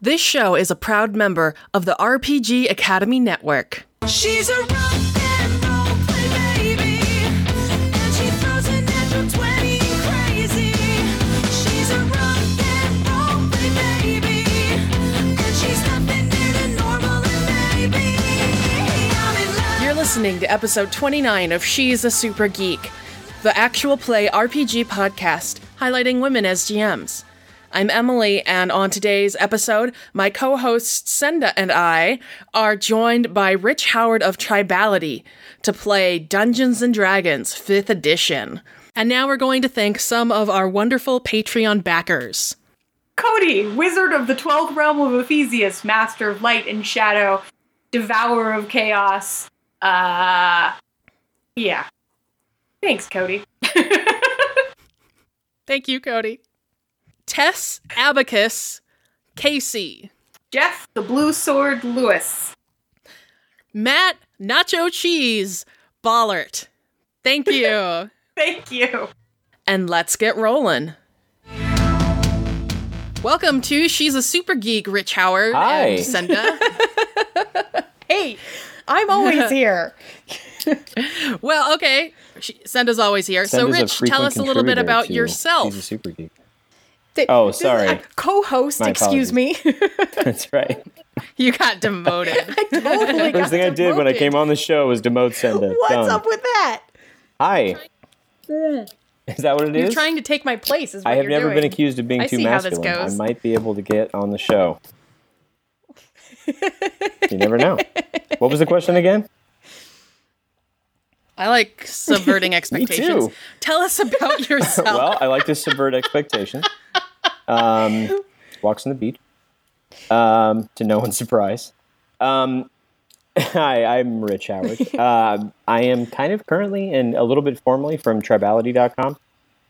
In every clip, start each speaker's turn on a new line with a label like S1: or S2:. S1: This show is a proud member of the RPG Academy Network.
S2: She's a rock and roll play baby, and she throws a natural twenty crazy. She's a rock and roll play baby, and she's nothing new to normal and maybe I'm in love.
S1: You're listening to episode 29 of She's a Super Geek, the actual play RPG podcast highlighting women as GMs. I'm Emily, and on today's episode, my co host Senda and I are joined by Rich Howard of Tribality to play Dungeons and Dragons 5th Edition. And now we're going to thank some of our wonderful Patreon backers.
S3: Cody, wizard of the 12th realm of Ephesius, master of light and shadow, devourer of chaos. Uh, yeah. Thanks, Cody.
S1: Thank you, Cody. Tess Abacus Casey.
S3: Jeff, the blue sword Lewis.
S1: Matt Nacho Cheese Bollert. Thank you.
S3: Thank you.
S1: and let's get rolling. Welcome to She's a Super Geek, Rich Howard
S4: Hi.
S1: and Senda.
S5: Hey, I'm always here.
S1: well, okay. She, Senda's always here.
S4: Sender's
S1: so,
S4: a
S1: Rich, tell
S4: frequent
S1: us a little bit
S4: contributor
S1: about
S4: to
S1: yourself.
S4: She's a super geek.
S5: Th-
S4: Oh,
S5: this is-
S4: sorry.
S5: I'm co-host,
S4: My
S5: excuse me.
S4: That's right.
S1: You got demoted.
S5: I totally
S4: First
S5: got
S4: thing I did when I
S5: demoted.
S4: came on the show was demote Senda.
S5: What's
S4: Done.
S5: up with that?
S4: Hi. Is that what it
S5: You're
S4: is?
S5: trying to take my place. Is what
S4: I have
S5: you're
S4: never been
S5: doing.
S4: accused of being
S5: I
S4: too
S5: see how this
S4: masculine. I
S5: goes.
S4: might be able to get on the show. you never know. What was the question again?
S1: I like subverting expectations.
S4: too.
S1: Tell us about yourself.
S4: Well, I like to subvert expectations. Um, walks on the beach, um, to no one's surprise. Um, hi, I'm Rich Howard. Um I am kind of currently and a little bit formally from tribality.com.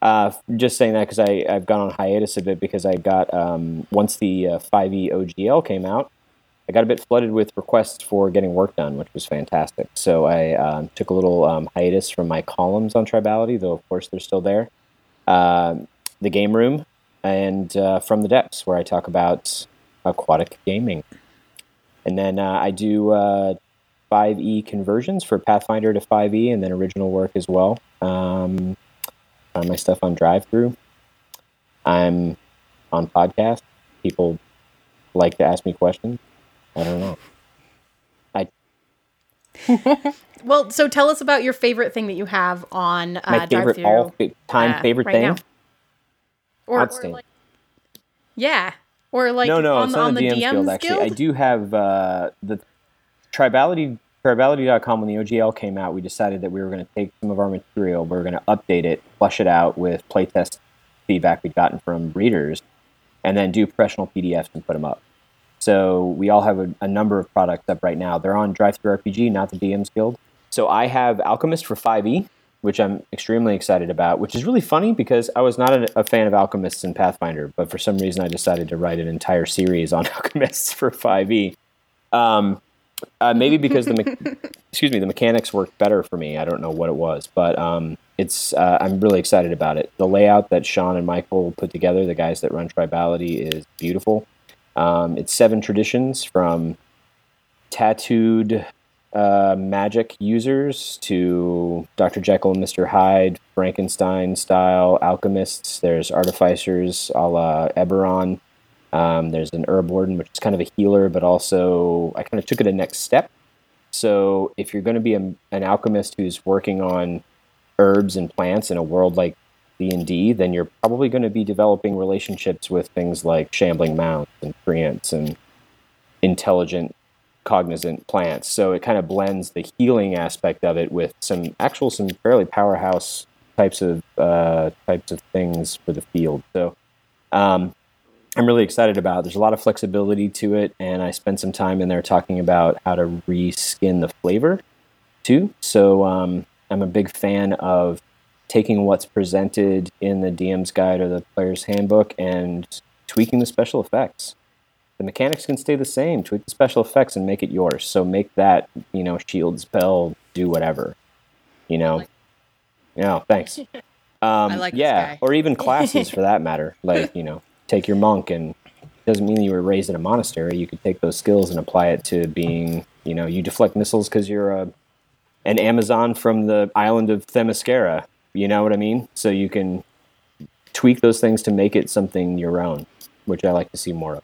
S4: Uh, just saying that because I've gone on hiatus a bit because I got, um, once the uh, 5e OGL came out, I got a bit flooded with requests for getting work done, which was fantastic. So I um, took a little um, hiatus from my columns on Tribality, though of course they're still there. Um the game room and uh, from the depths, where I talk about aquatic gaming, and then uh, I do uh, 5e conversions for Pathfinder to 5e, and then original work as well. Um, find my stuff on Drive Through. I'm on podcast. People like to ask me questions. I don't know. I
S5: Well, so tell us about your favorite thing that you have on uh,
S4: my favorite
S5: drive-through,
S4: all fi- time
S5: uh,
S4: favorite
S5: right
S4: thing.
S5: now. Or, or
S4: Outstanding.
S5: like- yeah, or like
S4: no, no,
S5: on,
S4: it's
S5: on
S4: not
S5: the
S4: the DMs, Guild. Actually, I do have uh, the tribality tribality.com. When the OGL came out, we decided that we were going to take some of our material, we were going to update it, flush it out with playtest feedback we'd gotten from readers, and then do professional PDFs and put them up. So we all have a, a number of products up right now. They're on Drive Through RPG, not the DM's Guild. So I have Alchemist for 5e, which I'm extremely excited about, which is really funny because I was not a, a fan of Alchemists in Pathfinder, but for some reason I decided to write an entire series on Alchemists for 5e. Um, uh, maybe because the me- excuse me the mechanics worked better for me. I don't know what it was, but um, it's uh, I'm really excited about it. The layout that Sean and Michael put together, the guys that run Tribality, is beautiful. Um, it's seven traditions from tattooed uh, magic users to Dr. Jekyll and Mr. Hyde, Frankenstein style alchemists. There's artificers a la Eberron. Um, there's an herb warden, which is kind of a healer, but also I kind of took it a next step. So if you're going to be a, an alchemist who's working on herbs and plants in a world like D&D, then you're probably going to be developing relationships with things like shambling mounds and treants and intelligent cognizant plants. So it kind of blends the healing aspect of it with some actual some fairly powerhouse types of uh, types of things for the field. So um, I'm really excited about. There's a lot of flexibility to it, and I spent some time in there talking about how to reskin the flavor too. So um, I'm a big fan of taking what's presented in the DM's guide or the player's handbook and tweaking the special effects the mechanics can stay the same. Tweak the special effects and make it yours. So make that, you know, shield spell do whatever. You know. Yeah, thanks. Um,
S1: like this
S4: yeah,
S1: guy.
S4: or even classes for that matter. Like you know, take your monk and doesn't mean you were raised in a monastery. You could take those skills and apply it to being, you know, you deflect missiles because you're a, an Amazon from the island of Themyscira. You know what I mean? So you can tweak those things to make it something your own, which I like to see more of.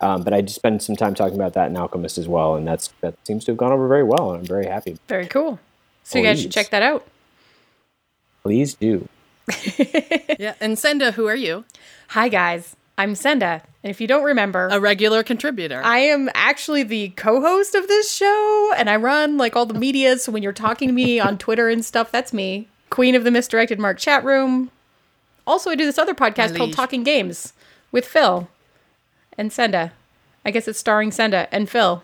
S4: Um, but I just spent some time talking about that in Alchemist as well, and that's that seems to have gone over very well, and I'm very happy.
S5: Very cool. So you guys should
S4: Please.
S5: check that out.
S4: Please do.
S1: Yeah. And Senda, who are you?
S5: Hi guys, I'm Senda, and if you don't remember,
S1: A regular contributor.
S5: I am actually the co-host of this show, and I run like all the media. So when you're talking to me on Twitter and stuff, that's me, Queen of the Misdirected Mark chat room. Also, I do this other podcast
S1: My
S5: called
S1: liege.
S5: Talking Games with Phil and Senda. I guess it's starring Senda and Phil.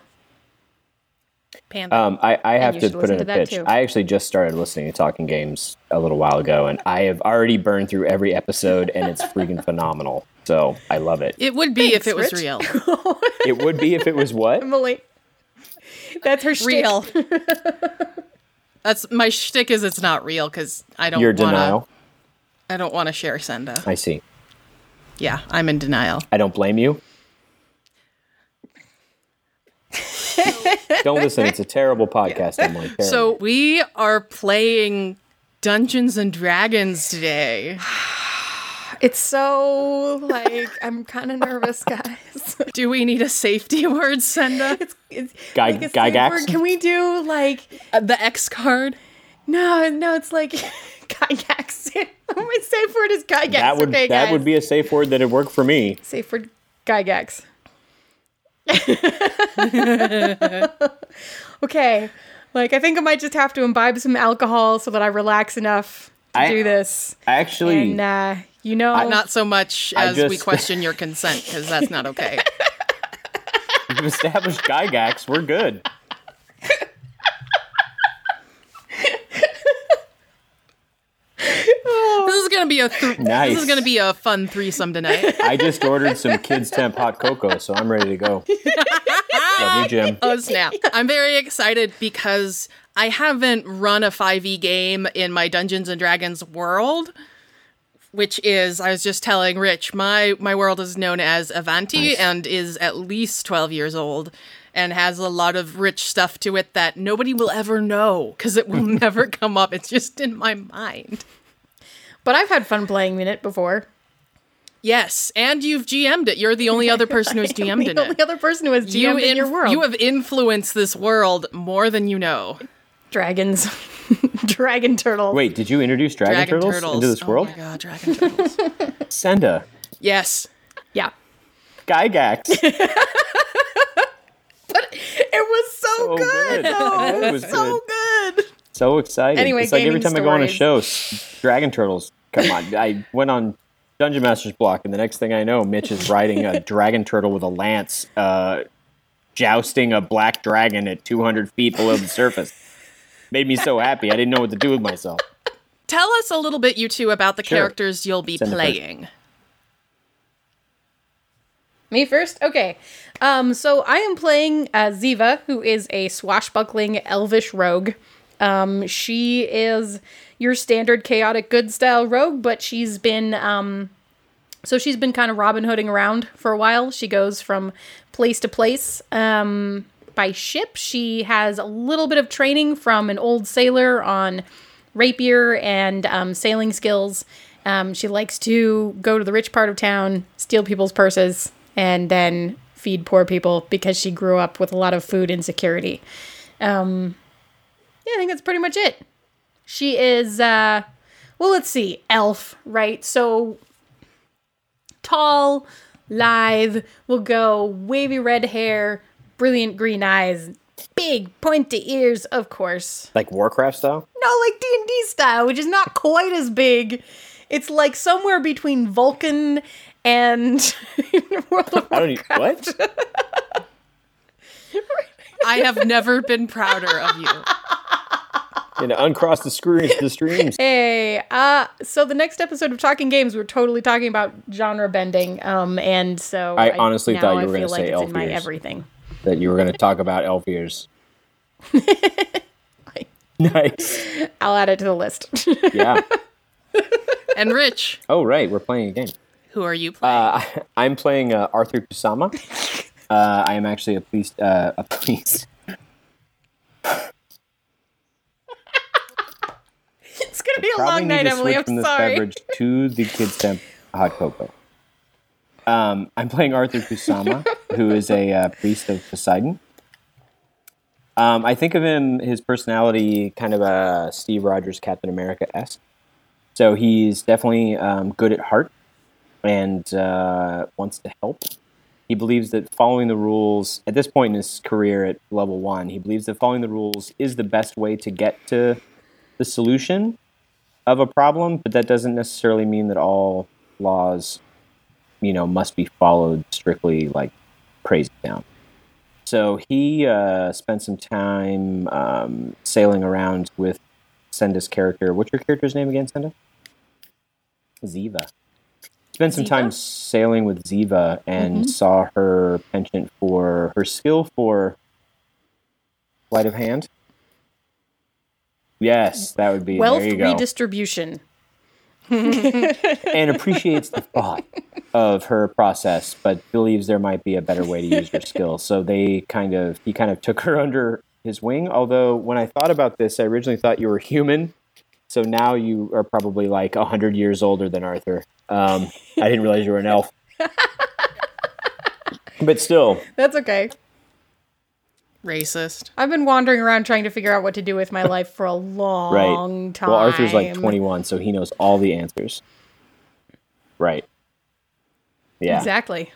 S1: Panda.
S4: Um, I, I have
S5: you
S4: to
S5: should
S4: put
S5: listen
S4: in
S5: to
S4: a
S5: that
S4: pitch.
S5: too.
S4: I actually just started listening to Talking Games a little while ago, and I have already burned through every episode, and it's freaking phenomenal. So I love it.
S1: it would be if it was
S5: Rich.
S1: real.
S4: It would be if it was what?
S5: Emily, that's her shtick.
S1: real. That's my shtick is it's not real because I don't
S4: Your
S1: wanna,
S4: denial.
S1: I don't want to share Senda.
S4: I see.
S1: yeah, I'm in denial.
S4: I don't blame you. don't listen. It's a terrible podcast, Emily. Terrible.
S1: So we are playing Dungeons and Dragons today.
S5: It's so like I'm kind of nervous, guys.
S1: Do we need a safety word, Senda?
S5: It's,
S4: Guy-
S5: like, it's
S4: Gygax?
S5: safer. Can we do like
S1: Uh, the X card.
S5: No, no, it's like Gygax. My safe word is Gygax.
S4: that would
S5: okay,
S4: that
S5: guys.
S4: would be a safe word that'd work for me.
S5: safe word Gygax. okay, like I think I might just have to imbibe some alcohol so that I relax enough to
S4: I-
S5: do this.
S4: Actually,
S5: And uh, you know,
S1: Not so much
S4: I
S1: as we
S4: just-
S1: question your consent because that's not okay.
S4: we've established Gygax. We're good.
S1: this is gonna be a th- this
S4: Nice.
S1: is gonna be a fun threesome tonight.
S4: I just ordered some Kids Temp hot cocoa, so I'm ready to go. Love you, Jim.
S1: Oh snap! I'm very excited because I haven't run a 5e game in my Dungeons and Dragons world, which is I was just telling Rich my my world is known as Avanti and is at least 12 years old and has a lot of rich stuff to it that nobody will ever know because it will never come up. It's just in my mind.
S5: but I've had fun playing in it before.
S1: Yes, and you've GM'd it. You're the only other person who's
S5: I'm
S1: GM'd in
S5: the only
S1: it.
S5: other person who has GM'd
S1: You,
S5: in your
S1: inf-
S5: world.
S1: you have influenced this world more than you know.
S5: dragons, dragon turtle.
S4: Wait, did you introduce Dragon,
S1: Dragon
S4: Turtles,
S1: turtles,
S4: into this
S1: oh
S4: world?
S1: My God, dragon turtles.
S4: Senda,
S1: yes,
S5: yeah.
S4: Gygax. It
S5: It was so, good. though.
S4: It Oh, was
S5: so
S4: good.
S5: good.
S4: So excited.
S5: Anyway,
S4: it's like every
S5: gaming
S4: time I go on a
S5: stories.
S4: show, s- Dragon Turtles come on. I went on Dungeon Master's block, and the next thing I know, Mitch is riding a Dragon Turtle with a lance, uh, jousting a black dragon at 200 feet below the surface. Made me so happy. I didn't know what to do with myself.
S1: tell us a little bit, you two, about the
S4: Sure.
S1: characters you'll be
S4: Send it first.
S1: playing.
S5: Me first? Okay. Um, so I am playing uh, Ziva, who is a swashbuckling elvish rogue. Um, she is your standard chaotic good style rogue, but she's been um, so she's been kind of Robin Hooding around for a while. She goes from place to place um, by ship. She has a little bit of training from an old sailor on rapier and um, sailing skills. Um, she likes to go to the rich part of town, steal people's purses, and then feed poor people because she grew up with a lot of food insecurity. Um, yeah, I think that's pretty much it. She is, uh, well, let's see, elf, right? So tall, lithe, will go wavy red hair, brilliant green eyes, big pointy ears, of course
S4: Like Warcraft style?
S5: no like d&d style which is not quite as big it's like somewhere between vulcan and world of
S4: I don't even. What?
S1: I have never been prouder of you.
S4: You know, uncross the screws, the streams.
S5: Hey, uh, so the next episode of Talking Games, we're totally talking about genre bending, um, and so
S4: I honestly
S5: now
S4: thought you
S5: I
S4: were gonna
S5: feel like
S4: say
S5: it's in
S4: elf
S5: my
S4: ears.
S5: everything.
S4: That you were going to talk about elf ears. nice.
S5: I'll add it to the list.
S4: Yeah.
S1: And Rich,
S4: Oh, right. We're playing a game.
S1: Who are you playing?
S4: Uh, I'm playing uh, Arthur Kusama. Uh, I am actually a police. Uh, a police.
S5: It's gonna be a
S4: Probably
S5: long
S4: need
S5: night,
S4: to
S5: Emily.
S4: switch
S5: I'm
S4: from this
S5: sorry.
S4: beverage to the Kid Stamp hot cocoa. Um, I'm playing Arthur Kusama, who is a uh, priest of Poseidon. Um, I think of him, his personality, kind of a Steve Rogers, Captain America esque. So he's definitely um, good at heart and uh, wants to help. He believes that following the rules, at this point in his career at level one, he believes that following the rules is the best way to get to the solution of a problem, but that doesn't necessarily mean that all laws, you know, must be followed strictly like crazy down. So he uh, spent some time um, sailing around with Senda's character. What's your character's name again, Senda? Ziva. Spent some time
S1: Ziva?
S4: sailing with Ziva and saw her penchant for her skill for sleight of hand. Yes, that would be
S5: Wealth
S4: there you go
S5: redistribution.
S4: and appreciates the thought of her process, but believes there might be a better way to use her skills. So they kind of he kind of took her under his wing. Although when I thought about this, I originally thought you were human. So now you are probably like hundred years older than Arthur. Um, I didn't realize you were an elf. but still,
S5: That's okay.
S1: Racist.
S5: I've been wandering around trying to figure out what to do with my life for a long time.
S4: Well, Arthur's like 21, so he knows all the answers. Right. Yeah.
S5: Exactly.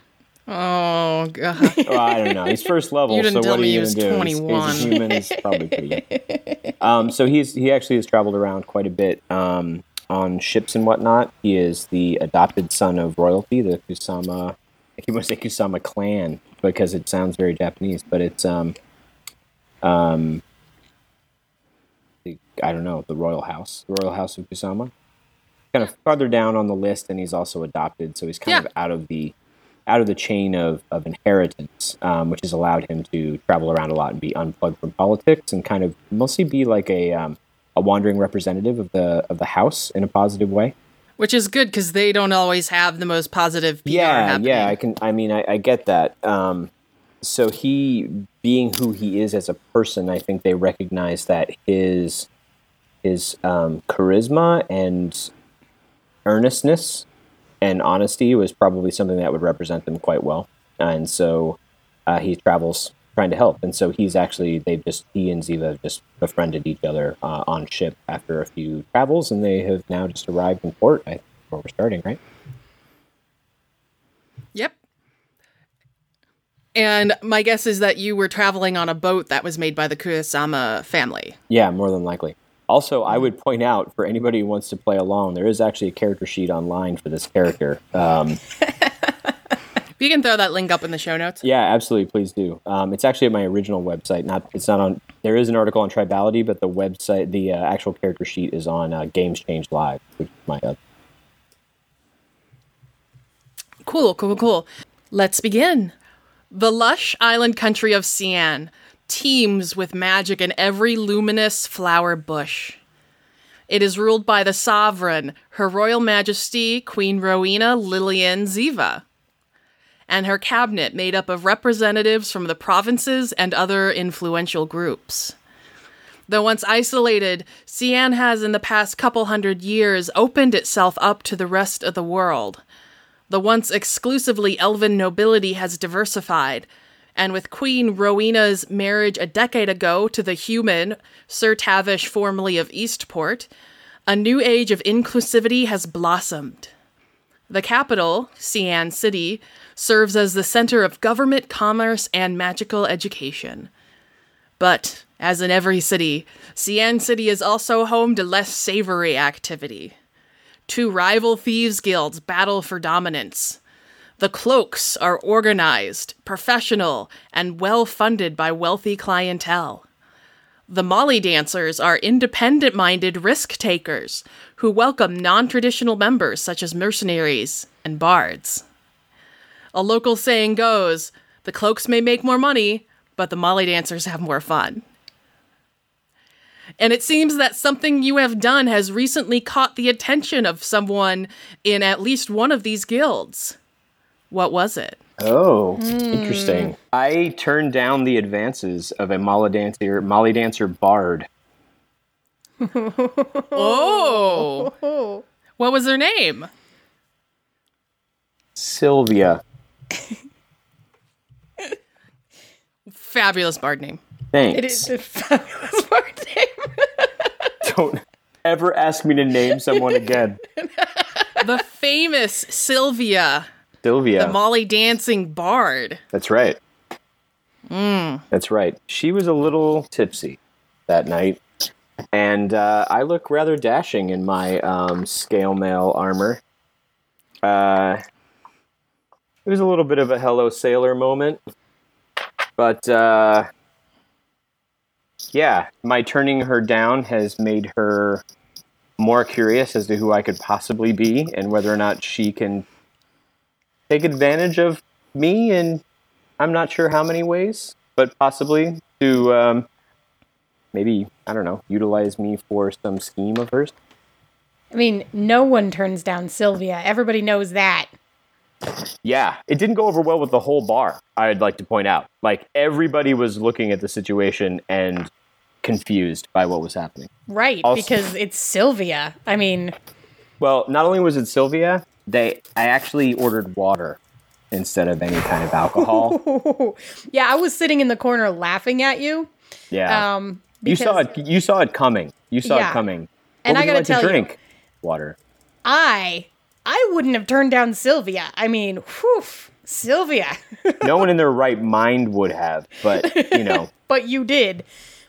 S1: Oh god.
S4: well, I don't know. He's first level,
S1: You didn't
S4: so
S1: tell
S4: what are
S1: me he
S4: you
S1: was
S4: gonna do? He's-
S1: 21.
S4: He's, a human. He's probably pretty. young. Um, so he's he actually has traveled around quite a bit um, on ships and whatnot. He is the adopted son of royalty, the Kusama. I keep want to say Kusama clan because it sounds very Japanese, but it's um, um, the, I don't know the royal house, the royal house of Kusama. Kind of farther down on the list, and he's also adopted, so he's kind
S1: Yeah.
S4: of out of the out of the chain of, of inheritance, um, which has allowed him to travel around a lot and be unplugged from politics and kind of mostly be like a, um, a wandering representative of the of the house in a positive way.
S1: Which is good because they don't always have the most positive PR
S4: yeah,
S1: happening.
S4: yeah. I can. I mean, I, I get that. Um, so he, being who he is as a person, I think they recognize that his his um, charisma and earnestness and honesty was probably something that would represent them quite well. And so uh, he travels trying to help. And so he's actually they've just he and Ziva have just befriended each other uh, on ship after a few travels, and they have now just arrived in port. I think where we're starting, right?
S1: Yep. And my guess is that you were traveling on a boat that was made by the Kurosama family.
S4: Yeah, more than likely. Also, I would point out for anybody who wants to play along, there is actually a character sheet online for this character. Um,
S1: You can throw that link up in the show notes.
S4: yeah, absolutely, please do. Um, it's actually at my original website. Not, it's not on. There is an article on Tribality, but the website, the uh, actual character sheet is on uh, Games Change Live, which is my. Uh,
S1: Cool, cool, cool, cool. Let's begin. The lush island country of Sian teems with magic in every luminous flower bush. It is ruled by the sovereign, Her Royal Majesty Queen Rowena Lillian Ziva, and her cabinet made up of representatives from the provinces and other influential groups. Though once isolated, Sian has in the past couple hundred years opened itself up to the rest of the world. The once exclusively elven nobility has diversified, and with Queen Rowena's marriage a decade ago to the human Sir Tavish, formerly of Eastport, a new age of inclusivity has blossomed. The capital, Sian City, serves as the center of government, commerce, and magical education. But, as in every city, Sian City is also home to less savory activity. Two rival thieves guilds battle for dominance. The cloaks are organized, professional, and well funded by wealthy clientele. The Molly dancers are independent minded risk takers who welcome non traditional members such as mercenaries and bards. A local saying goes the cloaks may make more money, but the Molly dancers have more fun. And it seems that something you have done has recently caught the attention of someone in at least one of these guilds. What was it?
S4: Oh,
S5: Hmm.
S4: interesting. I turned down the advances of a Molly Dancer, Molly Dancer bard.
S1: Oh.
S5: Oh.
S1: What was their name?
S4: Sylvia.
S1: Fabulous bard name.
S4: Thanks.
S5: It is a fabulous bard name.
S4: Don't ever ask me to name someone again.
S1: The famous Sylvia,
S4: Sylvia.
S1: the Molly dancing bard.
S4: That's right. That's right. She was a little tipsy that night, and uh, I look rather dashing in my um, scale mail armor. Uh, it was a little bit of a hello sailor moment, but uh, yeah, my turning her down has made her more curious as to who I could possibly be and whether or not she can take advantage of me and I'm not sure how many ways, but possibly to um, maybe I don't know utilize me for some scheme of hers.
S5: I mean, no one turns down Sylvia. Everybody knows that.
S4: Yeah, it didn't go over well with the whole bar. I'd like to point out, like everybody was looking at the situation and confused by what was happening.
S5: Right,
S4: Also-
S5: because it's Sylvia. I mean,
S4: Well, not only was it Sylvia, they I actually ordered water instead of any kind of alcohol.
S5: Um, yeah, I was sitting in the corner laughing at you.
S4: Yeah,
S5: Um,
S4: you saw
S5: because
S4: it. You saw it coming. You saw
S5: Yeah.
S4: it coming.
S5: And
S4: What
S5: I
S4: would
S5: gotta
S4: like to
S5: tell you-
S4: drink? water.
S5: I, I wouldn't have turned down Sylvia. I mean, whew, Sylvia.
S4: no one in their right mind would have, but you know,
S5: but you did.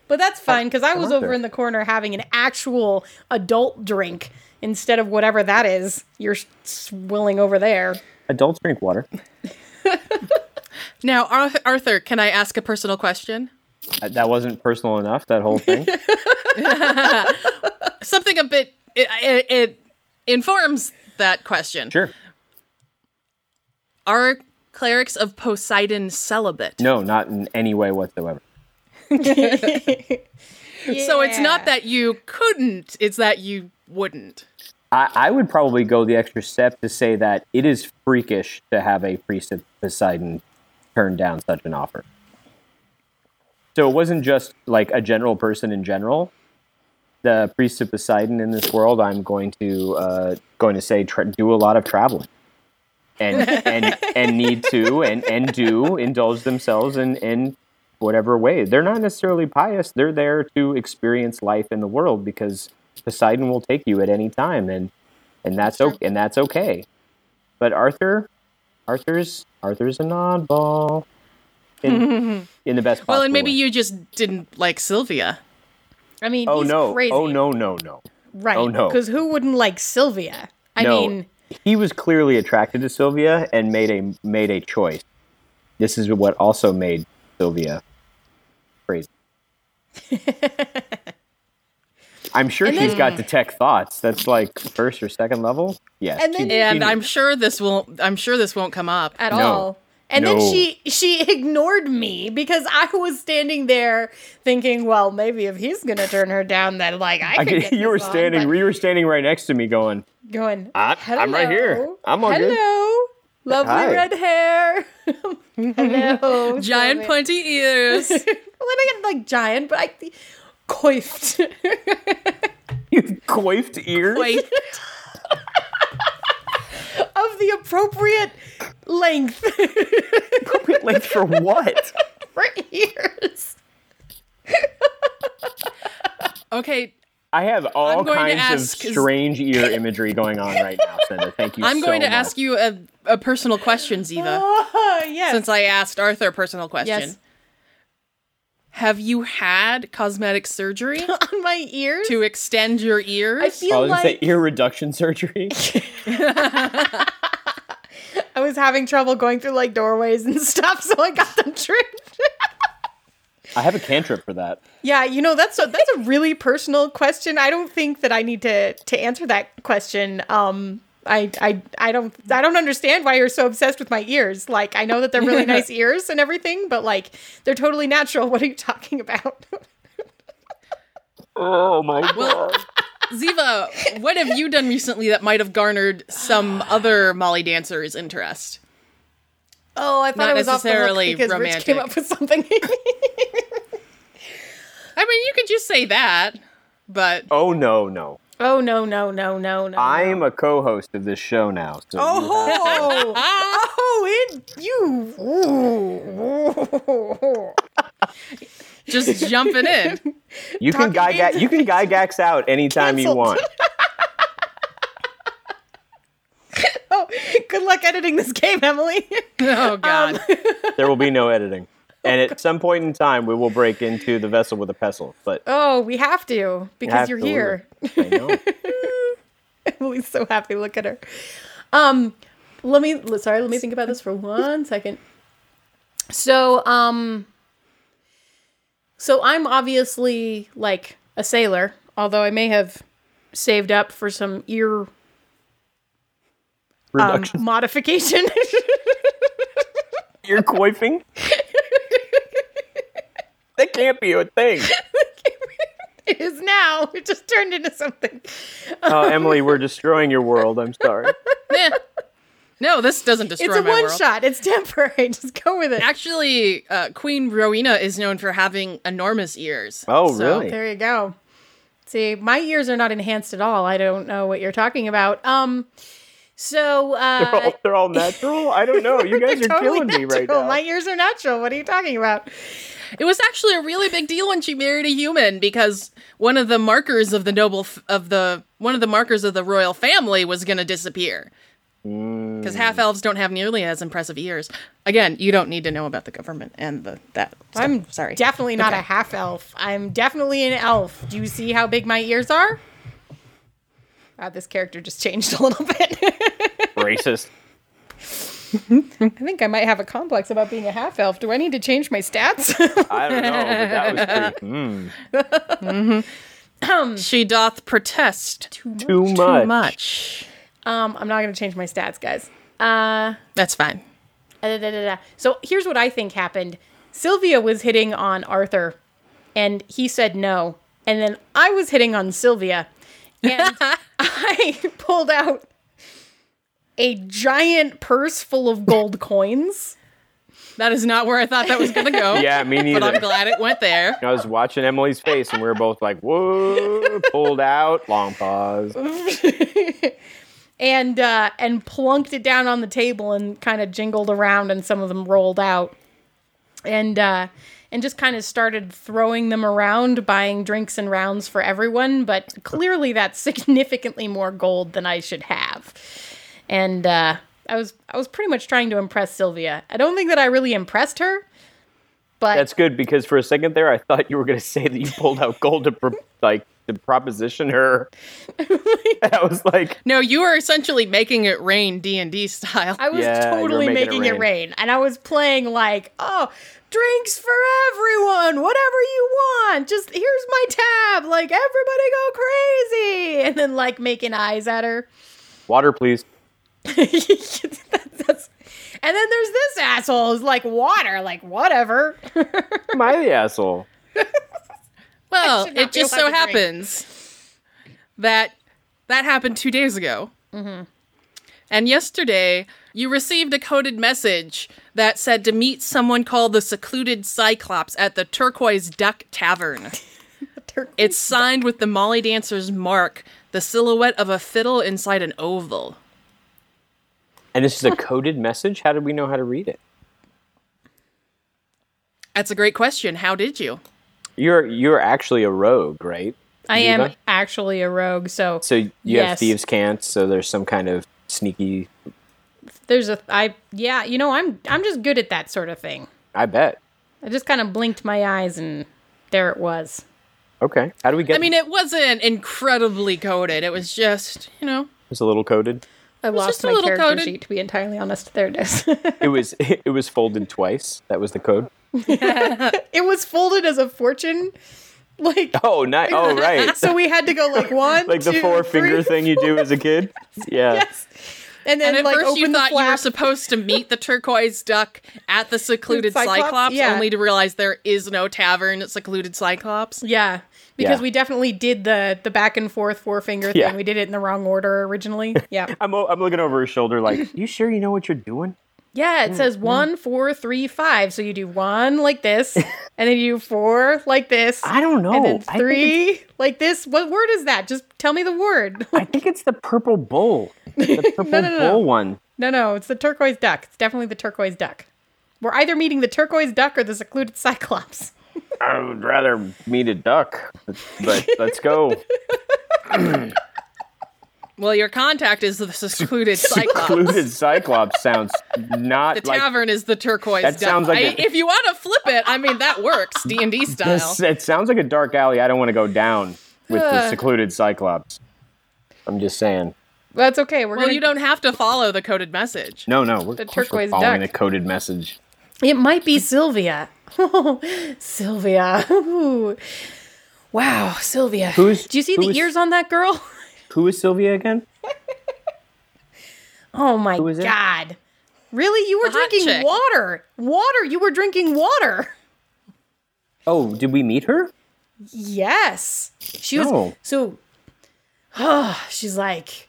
S5: But that's
S4: Oh,
S5: fine because I was
S4: out
S5: over
S4: there.
S5: in the corner having an actual adult drink instead of whatever that is you're swilling over there.
S4: adults drink water.
S1: Now, Arth- Arthur, can I ask a personal question?
S4: Uh, That wasn't personal enough. That whole thing.
S1: Something a bit it, it, it informs that question.
S4: sure.
S1: Are clerics of Poseidon celibate?
S4: No, not in any way whatsoever.
S1: So it's
S5: Yeah.
S1: not that you couldn't, it's that you wouldn't.
S4: I, I would probably go the extra step to say that it is freakish to have a priest of Poseidon turn down such an offer. So it wasn't just like a general person in general. The priest of Poseidon in this world, I'm going to uh, going to say tra- do a lot of traveling, and and and need to and and do indulge themselves in in whatever way. They're not necessarily pious. They're there to experience life in the world because Poseidon will take you at any time, and and that's okay. And that's okay. But Arthur, Arthur's Arthur's an oddball. In, in the best possible
S1: Well, and maybe
S4: way.
S1: you just didn't like Sylvia.
S5: I mean,
S4: Oh
S5: he's
S4: no!
S5: crazy.
S4: Oh no! No no!
S5: Right.
S4: Oh, no.
S5: Because who wouldn't like Sylvia? I
S4: no.
S5: mean,
S4: he was clearly attracted to Sylvia and made a made a choice. This is what also made Sylvia crazy. I'm sure
S5: And
S4: she's
S5: then-
S4: got detect thoughts. That's like first or second level. Yes.
S5: And then-
S4: she-
S1: And
S4: she-
S1: I'm sure this won't I'm sure this won't come up.
S5: at
S4: No.
S5: all. And then
S4: No.
S5: she she ignored me because I was standing there thinking, well, maybe if he's gonna turn her down, then like I,
S4: I
S5: could
S4: could-
S5: get
S4: you were
S5: this on,
S4: standing.
S5: but
S4: you were standing right next to me, going,
S5: going.
S4: I- I'm right here.
S5: "Hello.
S4: I'm all good."
S5: Hello, lovely
S4: Hi.
S5: red hair. Hello,
S1: Giant
S5: Sylvia."
S1: pointy ears.
S5: Well, I get like giant, but I coiffed.
S4: "You coiffed ears."
S1: Wait,
S5: of the appropriate length
S4: like for what?
S5: for ears.
S1: okay.
S4: I have all
S1: I'm going to
S4: kinds
S1: ask-
S4: of strange ear imagery going on right now, Senda. Thank you.
S1: I'm
S4: so
S1: going to
S4: much.
S1: ask you a, a personal question, Ziva.
S5: Oh, yes.
S1: Since I asked Arthur a personal question.
S5: Yes.
S1: Have you had cosmetic surgery
S5: on my ears.
S1: to extend your ears?
S5: I feel
S4: I was gonna
S5: like
S4: say ear reduction surgery.
S5: I was having trouble going through like doorways and stuff, so I got them trimmed.
S4: I have a cantrip for that.
S5: yeah, you know that's a, that's a really personal question. I don't think that I need to to answer that question. Um, I I I don't I don't understand why you're so obsessed with my ears. Like I know that they're really nice ears and everything, but like they're totally natural. What are you talking about?
S6: Oh my god.
S1: Ziva, what have you done recently that might have garnered some other Molly dancer's interest?
S5: Oh, I thought
S1: Not
S5: I was off the hook
S1: necessarily
S5: because Rich
S1: romantic.
S5: came up with something.
S1: I mean, you could just say that, but
S4: Oh no, no.
S5: oh no no no no no!
S4: I'm a co-host of this show now. So
S5: Oh, oh, it you. Ooh.
S1: just jumping in.
S4: you can
S5: talking
S4: gygax you can gygax out anytime you
S5: Canceled.
S4: want.
S5: Oh, good luck editing this game, Emily.
S1: Oh God.
S4: There will be no editing. And at some point in time, we will break into the vessel with a pestle. But
S5: oh, we have to because you're here.
S4: I know.
S5: Emily's so happy. Look at her. Um, let me. Sorry, let me think about this for one second. So, um, so I'm obviously like a sailor, although I may have saved up for some ear um,
S4: Reduction.
S5: modification. Um,
S4: You're coifing. that can't be a thing.
S5: it is now. It just turned into something.
S4: Oh, Emily, we're destroying your world. I'm sorry.
S1: Eh. No, this doesn't destroy
S5: It's a
S1: my
S5: one
S1: world.
S5: shot. It's temporary. Just go with it.
S1: Actually, uh, Queen Rowena is known for having enormous ears.
S4: Oh,
S1: So-
S4: really?
S5: There you go. See, my ears are not enhanced at all. I don't know what you're talking about. Um, so
S4: They're all,
S5: uh,
S4: they're all natural. I don't know. You guys are
S5: they're totally
S4: killing me right
S5: natural.
S4: now.
S5: My ears are natural. What are you talking about?
S1: It was actually a really big deal when she married a human because one of the markers of the noble f- of the one of the markers of the royal family was going to disappear. Because half elves don't have nearly as impressive ears. Again, you don't need to know about the government and the that. stuff.
S5: I'm
S1: sorry.
S5: Definitely not a half elf. I'm definitely an elf. Do you see how big my ears are? Uh, this character just changed a little bit.
S4: Racist.
S5: I think I might have a complex about being a half elf. Do I need to change my stats?
S4: I don't know, but that was pretty mm,
S1: she doth protest too
S4: too much.
S1: much.
S5: um, I'm not going to change my stats, guys. Uh,
S1: That's fine.
S5: Uh, da, da, da, da. So here's what I think happened. Sylvia was hitting on Arthur, and he said no. And then I was hitting on Sylvia, and I pulled out a giant purse full of gold coins.
S1: That is not where I thought that was going to go.
S4: Yeah, me
S1: But I'm
S4: neither.
S1: glad it went there.
S4: I was watching Emily's face, and we were both like, "Whoa!" Pulled out. Long pause.
S5: and uh, and plunked it down on the table and kind of jingled around and some of them rolled out and uh, and just kind of started throwing them around buying drinks and rounds for everyone but clearly that's significantly more gold than I should have and uh, I was I was pretty much trying to impress Sylvia I don't think that I really impressed her but
S4: That's good because for a second there, I thought you were going to say that you pulled out gold to pro- like to proposition her. and I was like,
S1: No, you are essentially making it rain D and D style.
S5: I was
S4: Yeah, you were
S5: totally
S4: making it
S5: making it rain. And I was playing like, oh, drinks for everyone, whatever you want. Just here's my tab. Like, everybody go crazy. And then, like, making eyes at her.
S4: "Water, please."
S5: That's- that's- and then there's this asshole who's like, water, like, whatever.
S4: Am I the asshole?
S1: Well,
S5: should not
S1: it
S5: be
S1: just
S5: allowed
S1: so
S5: to drink.
S1: happens that that happened two days ago.
S5: Mm-hmm.
S1: And yesterday, you received a coded message that said to meet someone called the Secluded Cyclops at the Turquoise Duck Tavern. It's signed with the Molly Dancer's mark, the silhouette of a fiddle inside an oval.
S4: And this is a coded message. How did we know how to read it?
S1: That's a great question. How did you?
S4: You're you're actually a rogue, right?
S5: I am
S4: Diva?
S5: actually a rogue. So,
S4: So you
S5: Yes.
S4: have thieves' cant. So there's some kind of sneaky.
S5: there's a, I, yeah, you know, I'm, I'm just good at that sort of thing.
S4: I bet.
S5: I just kind of blinked my eyes and there it was.
S4: Okay. How do we get?
S1: I mean, it wasn't incredibly coded. It was just, you know,
S4: it's a little coded.
S5: I
S1: just
S5: lost
S1: a
S5: my
S1: little
S5: character
S1: coded.
S5: sheet, to be entirely honest. There it is.
S4: It was it was folded twice. That was the code.
S5: it was folded as a fortune. Like,
S4: Oh, nice. Oh, right.
S5: so we had to go like one,
S4: like the
S5: two,
S4: four
S5: three,
S4: finger thing you do as a kid. Yeah.
S5: Yes. and then
S1: And at
S5: like
S1: first
S5: open
S1: you
S5: the
S1: thought
S5: flap.
S1: you were supposed to meet the turquoise duck at the secluded
S5: Cyclops?
S1: Cyclops,
S5: Yeah.
S1: only to realize there is no tavern at secluded Cyclops.
S5: yeah, because
S4: Yeah.
S5: we definitely did the the back and forth four finger thing.
S4: Yeah.
S5: We did it in the wrong order originally. Yeah,
S4: I'm, o- I'm looking over his shoulder like, you sure you know what you're doing?
S5: yeah. It
S4: Mm-hmm.
S5: says one, four, three, five. So you do one like this, and then you do four like this.
S4: I don't know.
S5: and then
S4: I think it's-
S5: three like this. What word is that? Just tell me the word.
S4: I think it's the purple bull. The purple
S5: No, no, no, no.
S4: bull one.
S5: No, no, it's the turquoise duck. It's definitely the turquoise duck. We're either meeting the turquoise duck or the secluded cyclops.
S4: I would rather meet a duck, but let's go.
S1: Well, your contact is the secluded Cyclops.
S4: Secluded Cyclops sounds not
S1: The
S4: like
S1: tavern is the turquoise duck.
S4: That sounds like
S1: I-
S4: a-
S1: if you want to flip it, I mean that works D and D style.
S4: This- it sounds like a dark alley. I don't want to go down with the
S5: Ugh.
S4: secluded Cyclops. I'm just saying.
S5: That's okay. We're
S1: well,
S5: gonna.
S1: you don't have to follow the coded message.
S4: No, no, we're,
S5: The
S4: of course we're
S5: turquoise
S4: following
S5: duck.
S4: a coded message.
S5: It might be Sylvia. Sylvia. Ooh. Wow, Sylvia.
S4: Who's-
S5: Do you see
S4: who
S5: the
S4: is-
S5: ears on that girl?
S4: Who is Sylvia again?
S5: Oh my
S4: is it?
S5: god. Really? You were
S1: The hot
S5: drinking
S1: chick.
S5: water. Water. You were drinking water.
S4: Oh, did we meet her?
S5: Yes. She was
S4: No.
S5: so she's like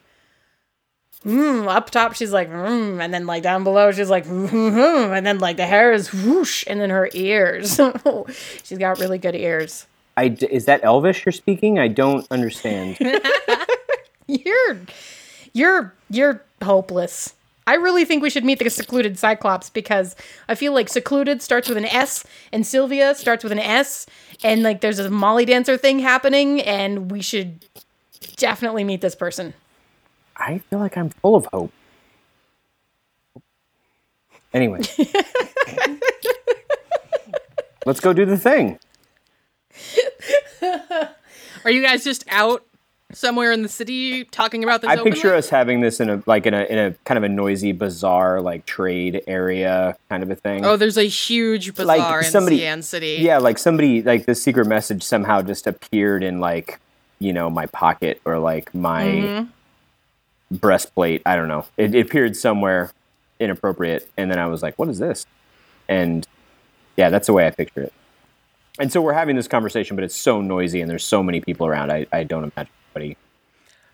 S5: mm, up top she's like mm, and then like down below she's like mm, mm, mm, and then like the hair is whoosh and then her ears. she's got really good ears.
S4: I d- is that Elvish you're speaking? I don't understand.
S5: You're you're you're hopeless. I really think we should meet the secluded Cyclops because I feel like secluded starts with an S and Sylvia starts with an S and like there's a Molly dancer thing happening and we should definitely meet this person.
S4: I feel like I'm full of hope. Anyway, let's go do the thing.
S1: Are you guys just out somewhere in the city talking about this?
S4: I picture
S1: openly?
S4: us having this in a like in a in a kind of a noisy bazaar like trade area kind of a thing.
S1: Oh, there's a huge bazaar
S4: somebody-
S1: in Cian City.
S4: yeah, like somebody like the secret message somehow just appeared in like you know my pocket or like my
S1: Mm-hmm.
S4: breastplate. I don't know. It, it appeared somewhere inappropriate, and then I was like, "What is this?" And yeah, that's the way I picture it. And so we're having this conversation, but it's so noisy, and there's so many people around. I, I don't imagine anybody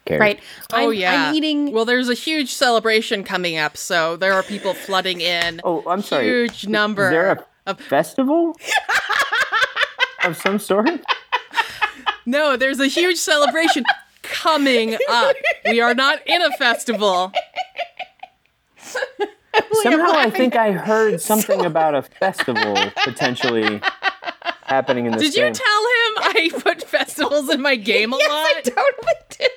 S4: cares.
S5: Right.
S1: Oh
S5: I'm,
S1: yeah.
S5: I'm eating
S1: Well, there's a huge celebration coming up, so there are people flooding in.
S4: Oh, I'm sorry.
S1: Huge number.
S4: Is there a
S1: of-
S4: festival of some sort?
S1: No, there's a huge celebration coming up. We are not in a festival.
S4: Somehow I think I heard something about a festival potentially happening in this
S1: Did you tell
S4: game.
S1: him I put festivals in my game a lot?
S5: I totally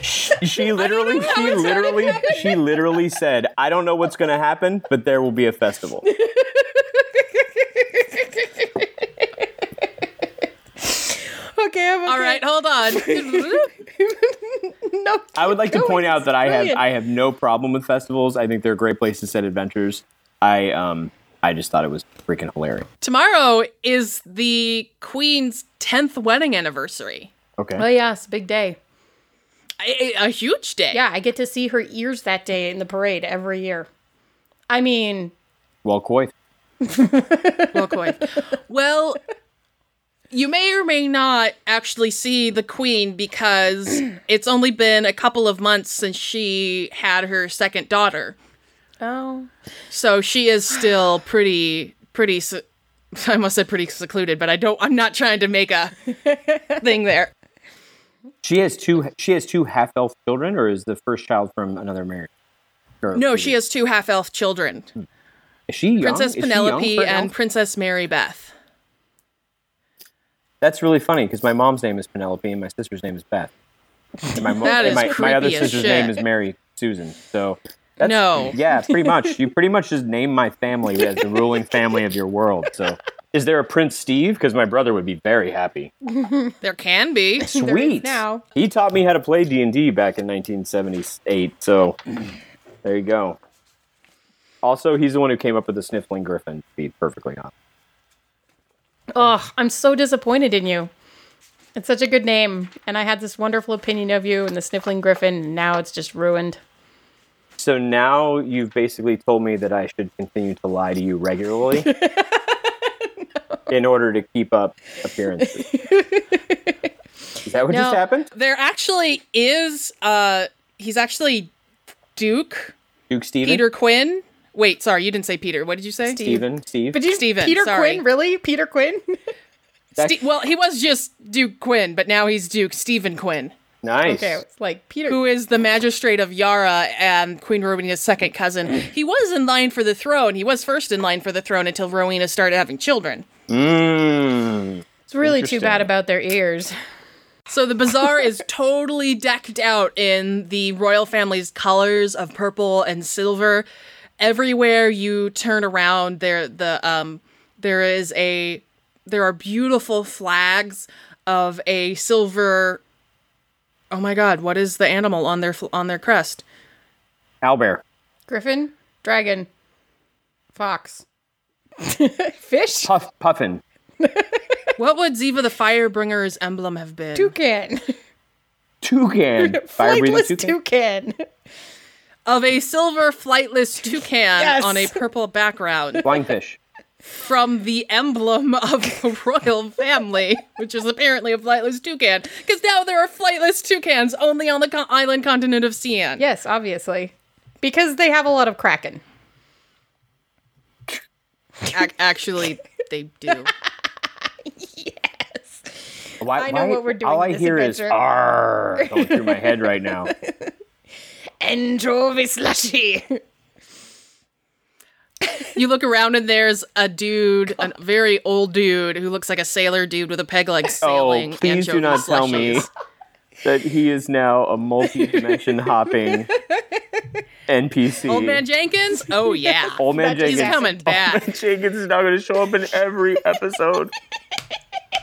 S5: did.
S4: she
S1: know
S4: literally
S1: how
S4: she
S1: it sounded.
S4: literally she literally said, "I don't know what's going to happen, but there will be a festival."
S5: Okay, I'm okay.
S1: All right, hold on.
S5: No.
S4: I would like to
S5: Going,
S4: point out
S5: it's
S4: that I have
S5: brilliant.
S4: I have no problem with festivals. I think they're great places to set adventures. I um I just thought it was freaking hilarious.
S1: Tomorrow is the Queen's 10th wedding anniversary.
S5: Oh
S4: Okay.
S5: yes, big day.
S1: A, a- a huge day.
S5: Yeah, I get to see her ears that day in the parade every year. I mean,
S4: Well, Coy.
S1: Well, Coy. well, you may or may not actually see the Queen because it's only been a couple of months since she had her second daughter.
S5: oh,
S1: So she is still pretty, pretty. se- I almost said pretty secluded, but I don't. I'm not trying to make a thing there.
S4: She has two. She has two half elf children, or is the first child from another marriage? Or-
S1: No, she has two half elf children,
S4: Is she young?
S1: Princess
S4: Is she young
S1: Penelope
S4: for an
S1: and
S4: elf?
S1: Princess Mary Beth.
S4: That's really funny because my mom's name is Penelope and my sister's name is Beth. And my, mo-
S1: That
S4: and
S1: is
S4: my, my other
S1: creepy as
S4: sister's
S1: shit.
S4: name is Mary Susan. So that's,
S1: No.
S4: yeah, pretty much. You pretty much just name my family as the ruling family of your world. So is there a Prince Steve? Because my brother would be very happy.
S1: There can be.
S4: Sweet.
S5: now.
S4: He taught me how to play D and D back in 1978. So there you go. Also, he's the one who came up with the sniffling griffin. To be perfectly honest.
S5: oh, I'm so disappointed in you. It's such a good name, and I had this wonderful opinion of you and the Sniffling Griffin, and now it's just ruined.
S4: So now you've basically told me that I should continue to lie to you regularly in order to keep up appearances. Is that what
S5: No.
S4: just happened?
S1: There actually is uh he's actually Duke
S4: Duke Steven?
S1: Peter Quinn. Wait, sorry, you didn't say Peter. What did you say?
S4: Steven? Steve?
S5: But you,
S1: Steven,
S5: Peter
S1: sorry.
S5: Quinn, really? Peter Quinn?
S4: That's-
S1: Ste- well, he was just Duke Quinn, but now he's Duke Stephen Quinn,
S4: nice.
S5: okay, it's like Peter.
S1: who is the magistrate of Yara and Queen Rowena's second cousin. He was in line for the throne. He was first in line for the throne until Rowena started having children.
S4: Mm.
S5: It's really too
S4: Interesting.
S5: bad about their ears.
S1: So the bazaar is totally decked out in the royal family's colors of purple and silver. Everywhere you turn around, there the um there is a there are beautiful flags of a silver. Oh my God! What is the animal on their fl- on their crest?
S4: Albert.
S5: Griffin, dragon, fox, fish,
S4: Puff, puffin.
S1: What would Ziva the Firebringer's emblem have been?
S5: toucan,
S4: Toucan. Fire-breathing
S5: flightless toucan.
S1: Of a silver flightless toucan
S5: Yes.
S1: on a purple background.
S4: Flying fish.
S1: from the emblem of the royal family, which is apparently a flightless toucan, because now there are flightless toucans only on the co- island continent of Cian.
S5: Yes, obviously, because they have a lot of kraken.
S1: Ac- actually, they do.
S4: Why,
S5: I know
S4: why-
S5: what we're doing
S4: All I
S5: in this
S4: hear is
S5: adventure.
S4: "arr" going through my head right now.
S5: Anchovy slushy.
S1: You look around and there's a dude, a very old dude who looks like a sailor dude with a peg leg sailing.
S4: oh, please do
S1: anchovy
S4: not tell me
S1: slushies.
S4: that he is now a multi-dimension hopping NPC.
S1: Old man Jenkins? Oh yeah.
S4: Old man
S5: That is
S4: Jenkins.
S1: He's coming
S4: Old
S1: back.
S4: man Jenkins is now going to show up in every episode.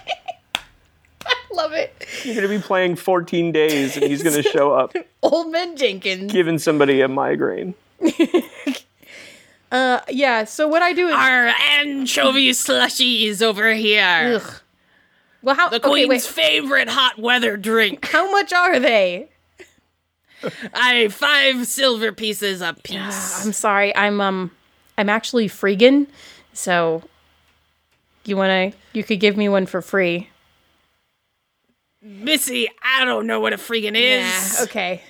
S5: Love it.
S4: You're going to be playing 14 days, and he's going to show up
S5: Old man Jenkins.
S4: giving somebody a migraine.
S5: Uh, yeah. So what I do is
S1: Our anchovy slushies over here.
S5: Ugh. well, how
S1: The
S5: okay,
S1: queen's
S5: wait,
S1: favorite hot weather drink.
S5: how much are they?
S1: I five silver pieces a piece.
S5: I'm sorry. I'm um, I'm actually freegan, so you wanna you could give me one for free.
S1: Missy, I don't know what a freaking is,
S5: Yeah, okay.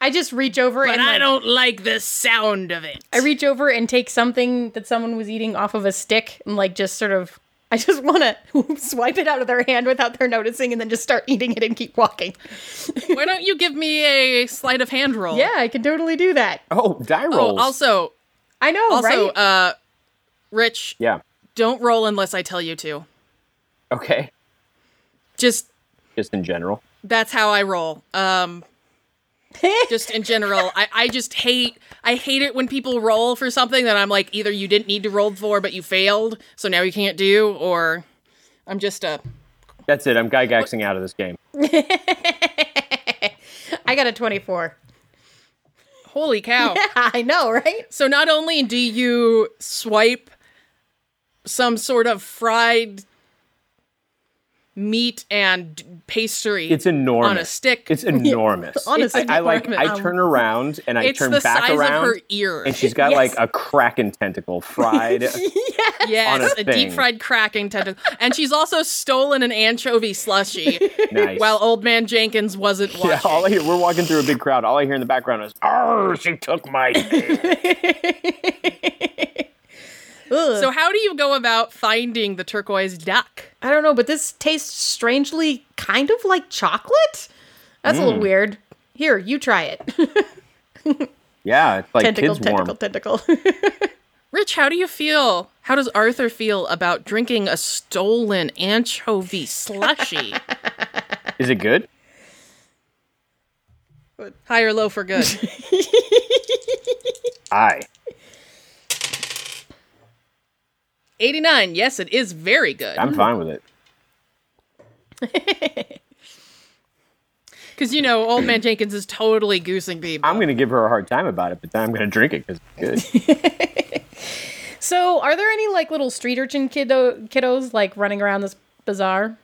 S5: I just reach over
S1: but
S5: and
S1: I
S5: like,
S1: don't like the sound of it.
S5: I reach over and take something that someone was eating off of a stick and like just sort of I just want to swipe it out of their hand without their noticing and then just start eating it and keep walking.
S1: Why don't you give me a sleight of hand roll?
S5: Yeah, I can totally do that.
S4: Oh, die
S1: Oh,
S4: rolls.
S1: also,
S5: I know,
S1: also,
S5: right?
S1: uh, Rich,
S4: yeah.
S1: don't roll unless I tell you to.
S4: Okay.
S1: Just
S4: Just in general.
S1: that's how I roll. Um, just in general, I, I just hate I hate it when people roll for something that I'm like either you didn't need to roll for but you failed, so now you can't do, or I'm just a
S4: That's it. I'm guy gaxing out of this game.
S5: I got a 24.
S1: holy cow.
S5: I know, right?
S1: So not only do you swipe some sort of fried meat and pastry
S4: It's enormous.
S1: on a stick,
S4: It's enormous.
S5: Honestly,
S4: I, I like. I
S1: Um,
S4: turn around and I
S1: it's
S4: turn
S1: the
S4: back
S1: size
S4: around,
S1: of her ear.
S4: and she's got
S5: Yes.
S4: like a kraken tentacle fried.
S1: yes,
S4: on a
S1: a, deep
S4: thing.
S1: fried cracking tentacle, and she's also stolen an anchovy slushy
S4: nice.
S1: while old man Jenkins wasn't watching.
S4: yeah, all I hear. We're walking through a big crowd. All I hear in the background is, "Oh, she took my."
S1: So how do you go about finding the turquoise duck?
S5: I don't know, but this tastes strangely kind of like chocolate. That's
S1: Mm.
S5: a little weird. Here, you try it.
S4: yeah, it's like
S5: tentacle,
S4: kids warm.
S5: tentacle, tentacle.
S1: Rich, how do you feel? How does Arthur feel about drinking a stolen anchovy slushy?
S4: Is it good?
S1: High or low for good.
S4: Aye.
S1: 89. Yes, it is very good.
S5: Mm.
S4: I'm fine with it.
S1: Because, you know, Old Man Jenkins is totally goosing people.
S4: I'm gonna give her a hard time about it, but then I'm gonna drink it because it's good.
S5: so, are there any like little street urchin kiddo kiddos like running around this bazaar?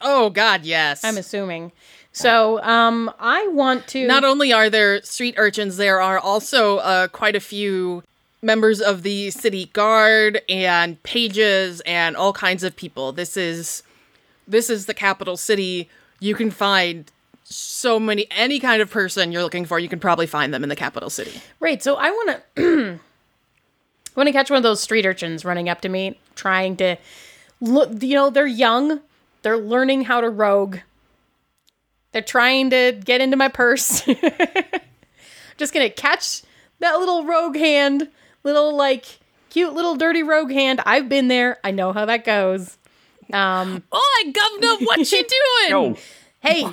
S1: Oh God, yes.
S5: I'm assuming. So um, I want to
S1: Not only are there street urchins, there are also uh, quite a few members of the city guard and pages and all kinds of people. This is this is the capital city. You can find so many any kind of person you're looking for. You can probably find them in the capital city.
S5: Right. So I want to want to catch one of those street urchins running up to me, trying to look. You know, they're young. They're learning how to rogue. They're trying to get into my purse. Just gonna catch that little rogue hand, little like cute little dirty rogue hand. I've been there. I know how that goes. Um,
S1: Oh, governor, what you doing?
S4: No,
S5: hey,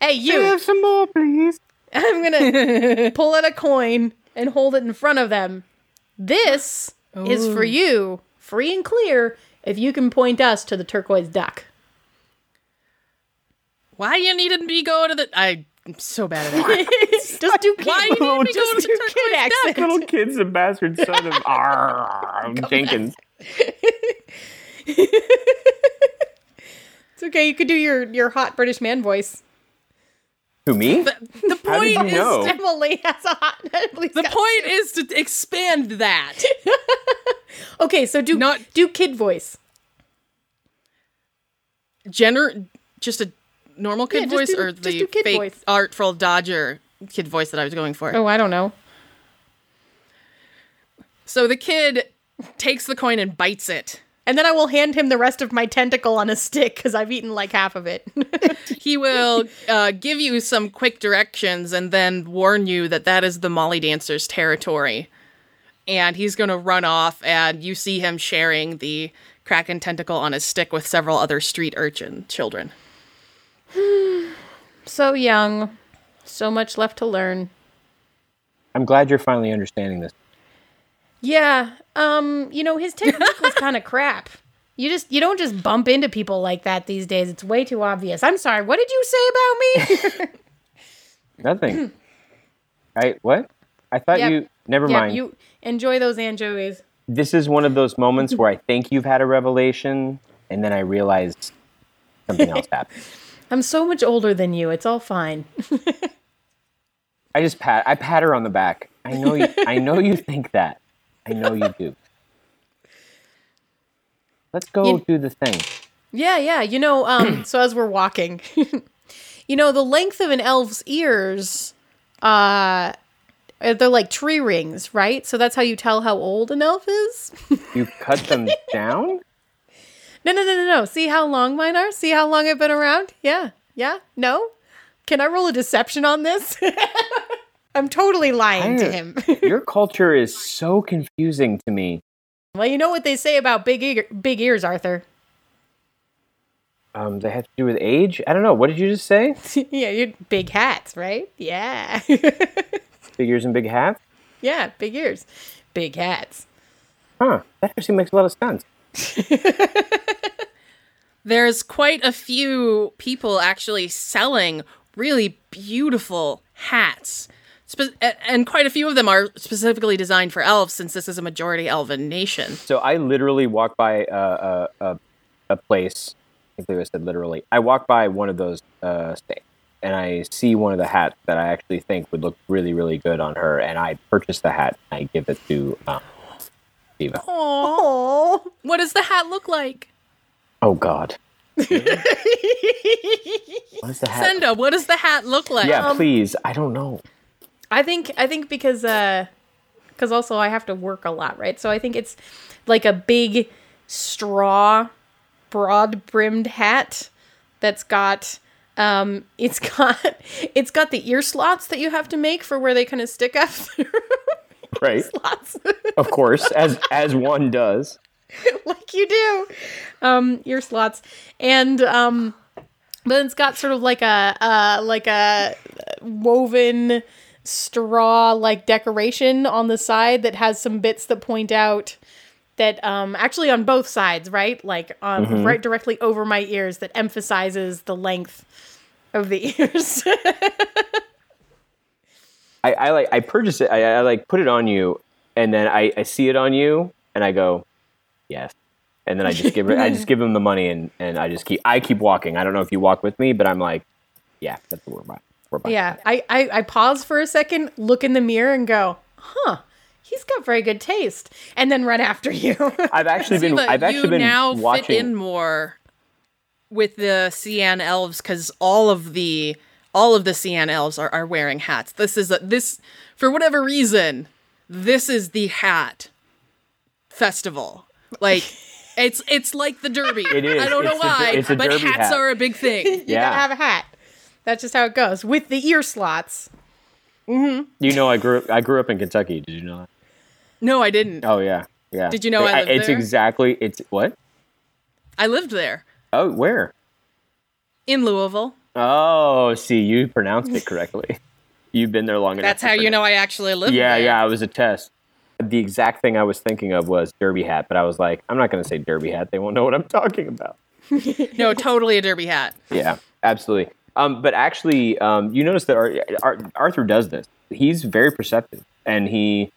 S5: hey, you.
S4: have some more, please.
S5: I'm gonna pull out a coin and hold it in front of them. This is for you, free and clear, if you can point us to the turquoise duck.
S1: Why you needed me go to the? I'm so bad at it.
S5: Just do kid,
S1: Why you needed me go to
S5: just do
S1: the
S5: kid
S1: turquoise duck?
S5: accent.
S4: Little kid's a bastard son of Arr, Jenkins.
S5: It's okay. You could do your your hot British man voice.
S4: Who me?
S1: The
S4: How
S1: point
S4: did you
S1: is
S4: know? Oh.
S5: Emily has a hot. Please
S1: The
S5: God.
S1: point is to expand that.
S5: Okay, so do not
S1: Not-
S5: do kid voice.
S1: Gener- just a normal
S5: Yeah,
S1: kid
S5: just
S1: voice
S5: do-
S1: or
S5: just
S1: the
S5: do kid
S1: fake
S5: voice.
S1: artful dodger kid voice that I was going for.
S5: Oh, I don't know.
S1: So the kid takes the coin and bites it.
S5: And then I will hand him the rest of my tentacle on a stick because I've eaten like half of it.
S1: He will uh, give you some quick directions and then warn you that that is the Molly Dancer's territory. And he's going to run off, and you see him sharing the Kraken tentacle on his stick with several other street urchin children.
S5: so young, so much left to learn.
S4: I'm glad you're finally understanding this.
S5: Yeah. Um, you know, his technique was kind of crap. You just you don't just bump into people like that these days. It's way too obvious. I'm sorry. What did you say about me?
S4: Nothing. I what? I thought
S5: Yep.
S4: you. Never
S5: yeah,
S4: mind.
S5: you enjoy those anchovies.
S4: This is one of those moments where I think you've had a revelation, and then I realize something else happened.
S5: I'm so much older than you. It's all fine.
S4: I just pat. I pat her on the back. I know. You, I know you think that. I know you do. Let's go
S5: You-
S4: do the thing.
S5: Yeah, yeah. You know, um, so as we're walking, you know, the length of an elf's ears, uh, they're like tree rings, right? So that's how you tell how old an elf is.
S4: You cut them down.
S5: No, no, no, no, no. See how long mine are? See how long I've been around? Yeah. Yeah. No? Can I roll a deception on this? I'm totally lying to
S4: I-
S5: him.
S4: Your culture is so confusing to me.
S5: well, you know what they say about big ear- big ears, Arthur.
S4: Um, they have to do with age. I don't know. What did you just say?
S5: yeah, you big hats, right? Yeah.
S4: Big ears and big hats.
S5: yeah, big ears. Big hats.
S4: Huh. That actually makes a lot of sense.
S1: There's quite a few people actually selling really beautiful hats. Spe- a- and quite a few of them are specifically designed for elves since this is a majority elven nation.
S4: So I literally walked by a a, a, a place. I think Lewis said literally. I walked by one of those uh, things, and I see one of the hats that I actually think would look really, really good on her, and I purchase the hat and I give it to um, Diva.
S5: Oh.
S1: What does the hat look like?
S4: Oh God. what is the hat?
S1: Senda, what does the hat look like?
S4: yeah, please. I don't know.
S5: I think I think because uh cuz also I have to work a lot, right? So I think it's like a big straw broad-brimmed hat that's got um it's got it's got the ear slots that you have to make for where they kind of stick up through
S4: Right.
S5: slots
S4: Of course, as as one does.
S5: like you do. Um ear slots and um but it's got sort of like a uh like a woven straw like decoration on the side that has some bits that point out that um actually on both sides right like um right directly over my ears that emphasizes the length of the ears
S4: I, I like I purchase it. I, I like put it on you, and then I, I see it on you, and I go, yes, and then I just give I just give him the money, and and I just keep I keep walking. I don't know if you walk with me, but I'm like, yeah, that's what we're buying. We're buying.
S5: Yeah, I, I I pause for a second, look in the mirror, and go, "Huh, he's got very good taste," and then run after you.
S4: I've actually been
S1: Ziva,
S4: I've actually
S1: you
S4: been
S1: now
S4: watching.
S1: fit in more with the Cian elves because all of the all of the Cian elves are, are wearing hats. This is a, this for whatever reason. This is the hat festival. Like it's it's like the derby.
S4: It is.
S1: I don't know
S4: It's a der-
S1: why,
S4: it's a
S1: but hats
S4: derby hat.
S1: are a big thing.
S5: you gotta
S4: Yeah.
S5: have a hat. That's just how it goes with the ear slots.
S4: you know, I grew I grew up in Kentucky. Did you know? that?
S1: No, I didn't.
S4: Oh yeah, yeah.
S1: Did you know I lived
S4: It's
S1: there?
S4: exactly it's what?
S1: I lived there
S4: Oh, where?
S1: in Louisville.
S4: Oh, see, you pronounced it correctly. You've been there long enough.
S1: That's
S4: to
S1: how you
S4: pronounce-
S1: know I actually lived
S4: Yeah,
S1: there.
S4: yeah, it was a test. The exact thing I was thinking of was derby hat, but I was like, I'm not going to say derby hat. They won't know what I'm talking about.
S1: No, totally a derby hat.
S4: Yeah, absolutely. Um, but actually, um, you notice that Ar- Ar- Arthur does this. He's very perceptive, and he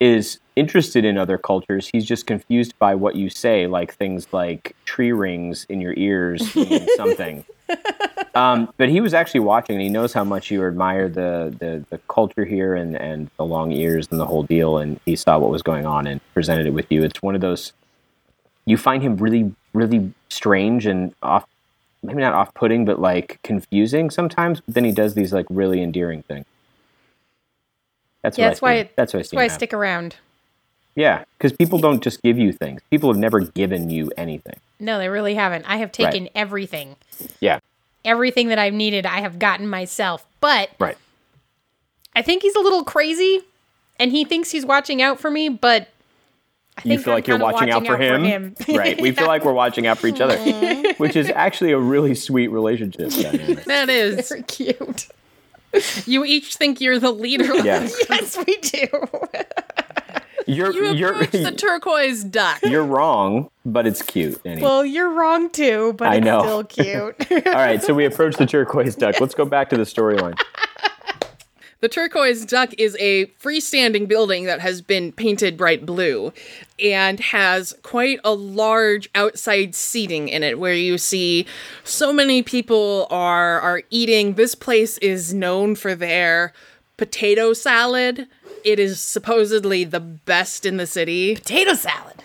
S4: is interested in other cultures. He's just confused by what you say, like things like tree rings in your ears mean something. Um, but he was actually watching, and he knows how much you admire the, the, the culture here and, and the long ears and the whole deal. And he saw what was going on and presented it with you. It's one of those you find him really, really strange and off maybe not off putting, but like confusing sometimes. But then he does these like really endearing things. That's
S5: Yeah,
S4: what
S5: that's
S4: I
S5: why.
S4: see.
S5: It,
S4: that's what I
S5: that's
S4: see
S5: why I
S4: now.
S5: stick around.
S4: Yeah, because people don't just give you things. People have never given you anything.
S5: No, they really haven't. I have
S4: Right.
S5: taken everything,
S4: Yeah,
S5: everything that I've needed. I have gotten myself, but
S4: right.
S5: I think he's a little crazy, and he thinks he's watching out for me, but I
S4: You
S5: think
S4: feel
S5: I'm
S4: like you're
S5: kinda
S4: watching, out, for him. right. We feel like we're watching out for each other, which is actually a really sweet relationship. dynamic.
S1: That is.
S5: Very cute.
S1: You each think you're the leader.
S4: Yeah.
S5: yes, we do.
S4: You're
S1: You
S4: you are
S1: approach the turquoise duck.
S4: you're wrong, but it's cute. Anyway.
S5: well, you're wrong too, but
S4: I
S5: it's
S4: know.
S5: still cute.
S4: All right, so we approach the turquoise duck. Let's go back to the storyline.
S1: The turquoise duck is a freestanding building that has been painted bright blue and has quite a large outside seating in it where you see so many people are are eating. This place is known for their potato salad. It is supposedly the best in the city.
S5: Potato salad.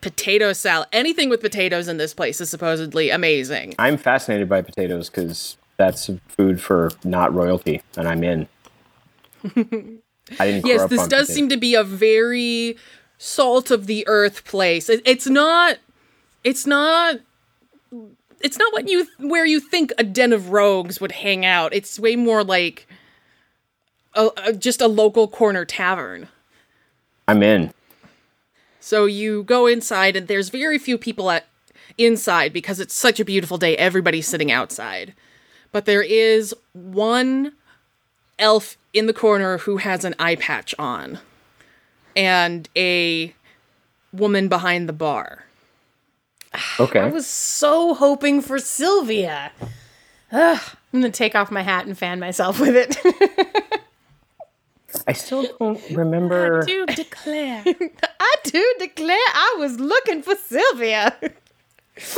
S1: Potato salad. Anything with potatoes in this place is supposedly amazing.
S4: I'm fascinated by potatoes because that's food for not royalty, and I'm in. I didn't. grow
S1: Yes,
S4: up
S1: this
S4: on
S1: does
S4: potatoes.
S1: seem to be a very salt of the earth place. It, it's not. It's not. It's not what you where you think a den of rogues would hang out. It's way more like a, a- just a local corner tavern.
S4: I'm in.
S1: So you go inside, and there's very few people at inside because it's such a beautiful day. Everybody's sitting outside, but there is one elf in the corner who has an eye patch on, and a woman behind the bar.
S4: Okay.
S5: I was so hoping for Sylvia. Ugh, I'm gonna take off my hat and fan myself with it.
S4: I still don't remember.
S5: I do declare I was looking for Sylvia.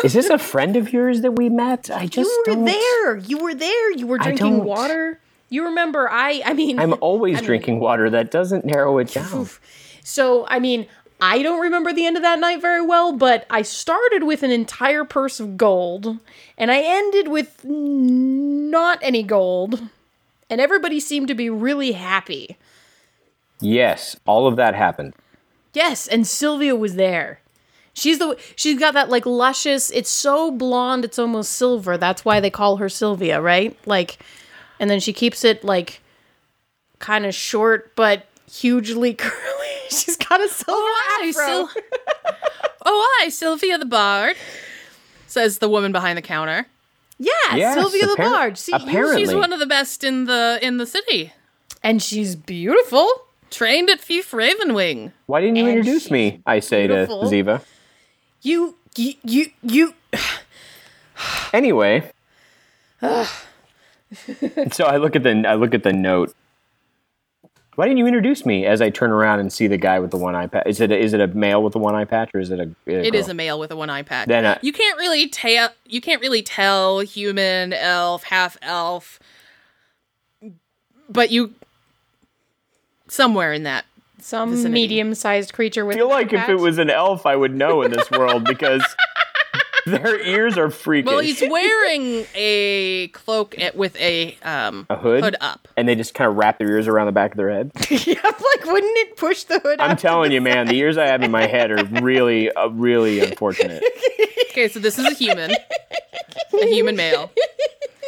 S4: Is this a friend of yours that we met? I just
S5: you were
S4: don't.
S5: there. You were there. You were drinking
S4: don't.
S5: water. You remember I I mean
S4: I'm always drinking water. That doesn't narrow it down.
S5: So, I mean, I don't remember the end of that night very well, but I started with an entire purse of gold and I ended with n- not any gold. And everybody seemed to be really happy.
S4: Yes, all of that happened.
S5: Yes, and Sylvia was there. She's the she's got that like luscious, it's so blonde, it's almost silver. That's why they call her Sylvia, right? Like and then she keeps it like kind of short but hugely curly. She's got a silver afro.
S1: oh, I, Sylvia the Bard, says the woman behind the counter.
S5: Yeah,
S4: Yes,
S5: Sylvia the
S4: appar-
S5: Barge. See, you-
S4: apparently.
S1: She's one of the best in the in the city.
S5: and she's beautiful.
S1: Trained at Fief Ravenwing.
S4: Why didn't you
S5: And
S4: introduce
S5: she's
S4: me? I say
S5: beautiful.
S4: to Ziva.
S5: You, you, you, you.
S4: Anyway. so I look at the I look at the note Why didn't you introduce me? As I turn around and see the guy with the one eye patch. Is it is it a male with the one eye patch or is it a?
S1: It is a male with a one eye patch.
S4: Then uh, I-
S1: you can't really tell. You can't really tell human, elf, half elf. But you, somewhere in that,
S5: Some
S1: Vicinity.
S5: medium-sized creature with.
S4: I feel like if
S5: patch.
S4: it was an elf, I would know in this world because their ears are freakish.
S1: well, he's wearing a cloak at- with a um
S4: a hood,
S1: hood up.
S4: and they just kind of wrap their ears around the back of their head.
S5: yep, like wouldn't it push the hood?
S4: I'm
S5: up?
S4: telling you, man, the ears I have in my head are really, uh, really unfortunate.
S1: Okay, so this is a human, a human male.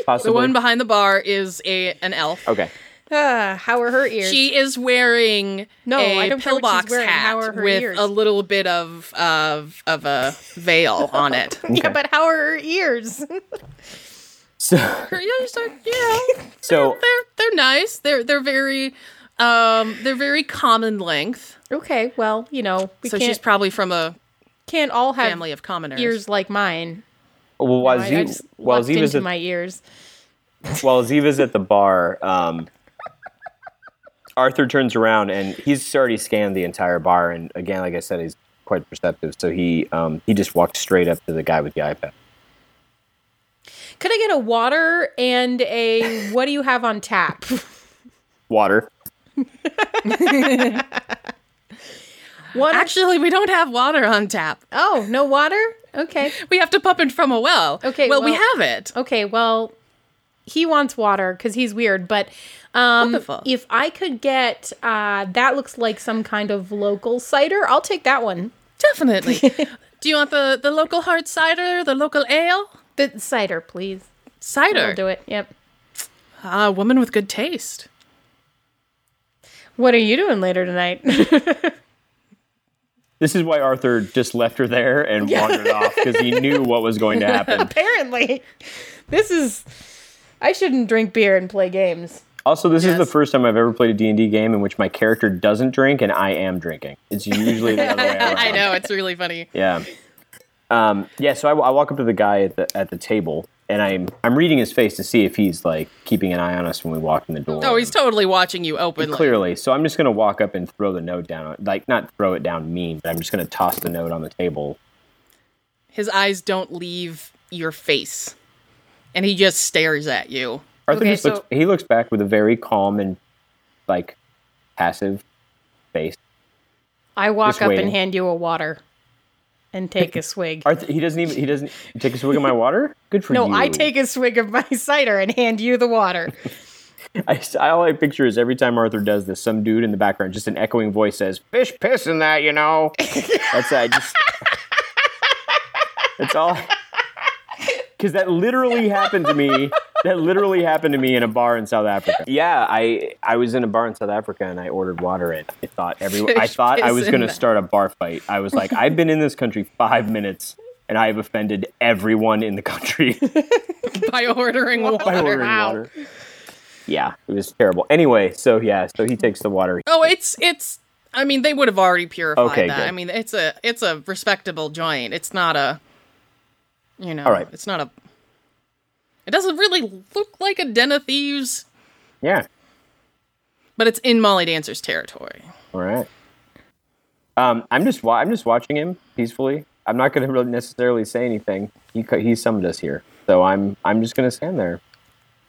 S4: Possibly.
S1: The one behind the bar is a an elf.
S4: okay.
S5: Ah, how are her ears?
S1: She is wearing
S5: No,
S1: a
S5: I don't care what she's
S1: pillbox
S5: wearing.
S1: hat
S5: How are her
S1: with
S5: ears?
S1: a little bit of of of a veil on it.
S5: Yeah, but how are her ears?
S4: So,
S1: Her ears are, yeah,
S4: so
S1: they're they're nice. They're they're very um they're very common length.
S5: okay, well, you know, we
S1: so
S5: can't,
S1: she's probably from a
S5: can't all have
S1: family of commoners.
S5: ears like mine.
S4: well, while,
S5: I, I
S4: Ziv-
S5: just
S4: while,
S5: looked
S4: Ziva's
S5: into
S4: at,
S5: my ears.
S4: while Ziva's at the bar, um, Arthur turns around and he's already scanned the entire bar. And again, like I said, he's quite perceptive. So he um, he just walked straight up to the guy with the iPad.
S5: Could I get a water and a what do you have on tap?
S4: Water.
S5: One
S1: Actually, we don't have water on tap.
S5: Oh, no water? Okay.
S1: We have to pump it from a well.
S5: Okay,
S1: Well, we
S5: well-
S1: have it.
S5: Okay, well, he wants water because he's weird, but um,
S1: Wonderful.
S5: if I could get uh, that looks like some kind of local cider, I'll take that one.
S1: Definitely. Do you want the the local hard cider, the local ale?
S5: The cider, please. I'll
S1: Cider.
S5: do it. Yep.
S1: Ah, a woman with good taste.
S5: What are you doing later tonight?
S4: This is why Arthur just left her there and wandered off because he knew what was going to happen.
S5: Apparently, this is. I shouldn't drink beer and play games.
S4: Also, this is the
S1: Yes.
S4: first time I've ever played a D&D game in which my character doesn't drink and I am drinking. It's usually the other way around.
S1: I know it's really funny.
S4: Yeah. Um, yeah. So I, I walk up to the guy at the at the table, and I'm I'm reading his face to see if he's like keeping an eye on us when we walk in the door.
S1: Oh, he's totally watching you openly.
S4: clearly. So I'm just gonna walk up and throw the note down. Like not throw it down mean, but I'm just gonna toss the note on the table.
S1: His eyes don't leave your face, and he just stares at you.
S4: Arthur
S5: Okay,
S4: just looks.
S5: so-
S4: He looks back with a very calm and like passive face.
S5: I walk
S4: Just
S5: up
S4: waiting.
S5: and hand you a water, and take a swig.
S4: Arthur. He doesn't even. He doesn't you take a swig of my water. Good for
S5: No,
S4: you.
S5: I take a swig of my cider and hand you the water.
S4: I, all I picture is every time Arthur does this, some dude in the background, just an echoing voice says, "Fish piss in that, you know." That's I just. That's all. Because that literally happened to me. That literally happened to me in a bar in South Africa. Yeah, I I was in a bar in South Africa and I ordered water and I thought everyone. I
S1: Fish
S4: thought I
S1: piss
S4: was
S1: in
S4: going to
S1: that.
S4: start a bar fight. I was like, I've been in this country five minutes and I have offended everyone in the country.
S1: by ordering water.
S4: by ordering
S5: Wow.
S4: water. Yeah, it was terrible. Anyway, so yeah, so he takes the water.
S1: Oh, it's it's. I mean, they would have already purified
S4: Okay,
S1: that.
S4: good.
S1: I mean, it's a it's a respectable joint. It's not a, you know,
S4: All right.
S1: It's not a. It doesn't really look like a den of thieves,
S4: Yeah.
S1: but it's in Molly Dancer's territory.
S4: All right. Um, I'm just wa- I'm just watching him peacefully. I'm not going to really necessarily say anything. He co- he summoned us here, so I'm I'm just going to stand there.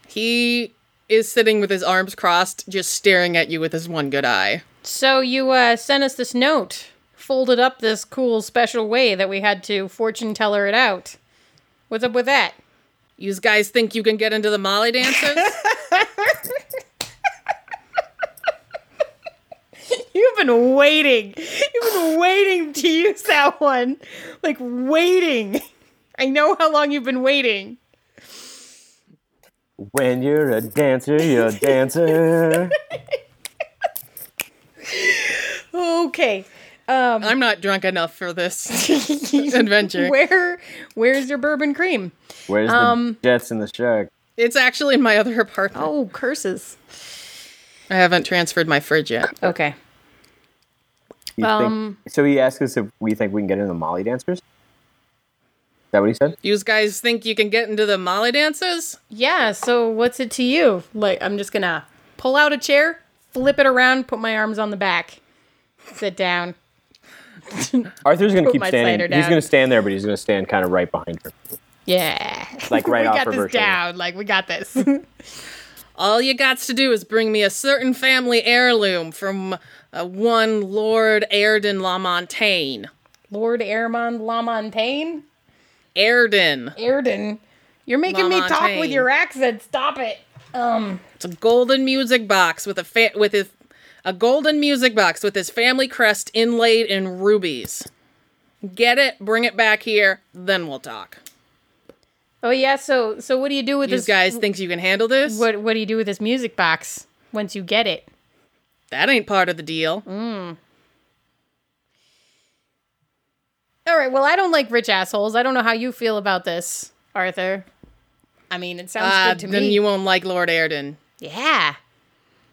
S1: He is sitting with his arms crossed, just staring at you with his one good eye.
S5: So you uh, sent us this note, folded up this cool special way that we had to fortune teller it out. What's up with that?
S1: You guys think you can get into the Molly dancers?
S5: You've been waiting. You've been waiting to use that one. Like waiting. I know how long you've been waiting.
S4: When you're a dancer, you're a dancer.
S5: Okay.
S1: I'm not drunk enough for this adventure.
S5: Where where's your bourbon cream?
S4: Where's
S5: Um,
S4: the Jets and the Shark?
S1: It's actually in my other apartment.
S5: Oh, curses.
S1: I haven't transferred my fridge yet.
S5: Okay.
S4: You
S5: Um,
S4: think, so he asked us if we think we can get into the Molly dancers. Is that what he said?
S1: You guys think you can get into the Molly dances?
S5: Yeah, so what's it to you? Like I'm just going to pull out a chair, flip it around, put my arms on the back, sit down.
S4: Arthur's going to
S5: Put
S4: keep
S5: my
S4: standing.
S5: slider
S4: He's
S5: down.
S4: going to stand there, but he's going to stand kind of right behind her,
S5: Yeah.
S4: like right
S5: we
S4: off
S5: got
S4: of
S5: this
S4: her shoulder.
S5: down. Like we got this.
S1: All you gots to do is bring me a certain family heirloom from uh, one Lord Airden LaMontagne.
S5: Lord Airmond Lamontagne,
S1: Airden.
S5: Airden, you're making me talk with
S1: Lamontagne.
S5: your accent. Stop it. Um.
S1: It's a golden music box with a fa- with his a golden music box with his family crest inlaid in rubies. Get it, bring it back here, then we'll talk.
S5: Oh yeah. So so what do you do with
S1: These
S5: this
S1: guys think you can handle this?
S5: What what do you do with this music box once you get it?
S1: That ain't part of the deal.
S5: Mm, All right. Well, I don't like rich assholes. I don't know how you feel about this, Arthur. I mean, it sounds
S1: Uh,
S5: good to
S1: then
S5: me.
S1: you won't like Lord Airden.
S5: yeah.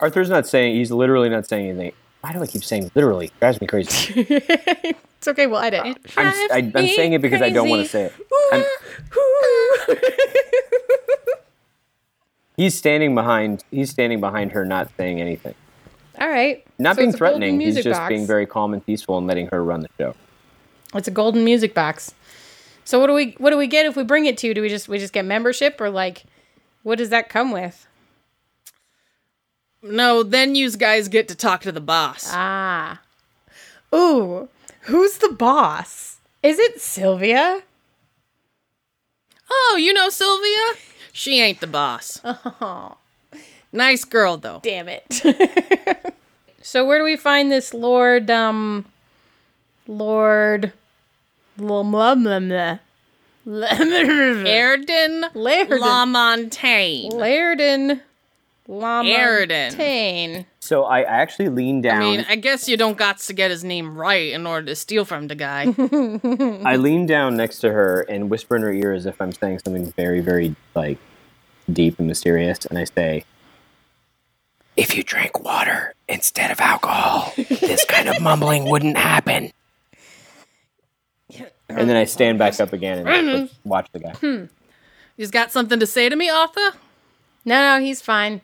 S4: Arthur's not saying. He's literally not saying anything. Why do I keep saying literally? It drives me crazy.
S5: It's okay. We'll edit.
S4: I'm, s- I, am saying it because I don't want to say it. I'm- he's standing behind. He's standing behind her, not saying anything.
S5: All right.
S4: Not
S5: So
S4: being
S5: it's a golden
S4: threatening. He's
S5: music
S4: just
S5: box.
S4: being very calm and peaceful and letting her run the show.
S5: It's a golden music box. So what do we what do we get if we bring it to you? Do we just we just get membership or like what does that come with?
S1: No, then you guys get to talk to the boss.
S5: Ah. Ooh. Who's the boss? Is it Sylvia?
S1: oh, you know Sylvia? She ain't the boss.
S5: Oh,
S1: Nice girl though.
S5: damn it. so where do we find this Lord um Lord Lum lum lum lum. Lairden
S1: Airden LaMontagne.
S5: Lairden Lamontagne.
S4: So I actually leaned down.
S1: I
S4: I,
S1: mean, I guess you don't got to get his name right in order to steal from the guy.
S4: lean down next to her and whisper in her ear as if I'm saying something very, very like deep and mysterious, and I say, "If you drank water instead of alcohol, this kind of mumbling wouldn't happen." And
S5: Oh,
S4: then I stand back up again and watch the guy.
S5: Hmm.
S1: He's got something to say to me, Arthur?
S5: No, no, he's fine.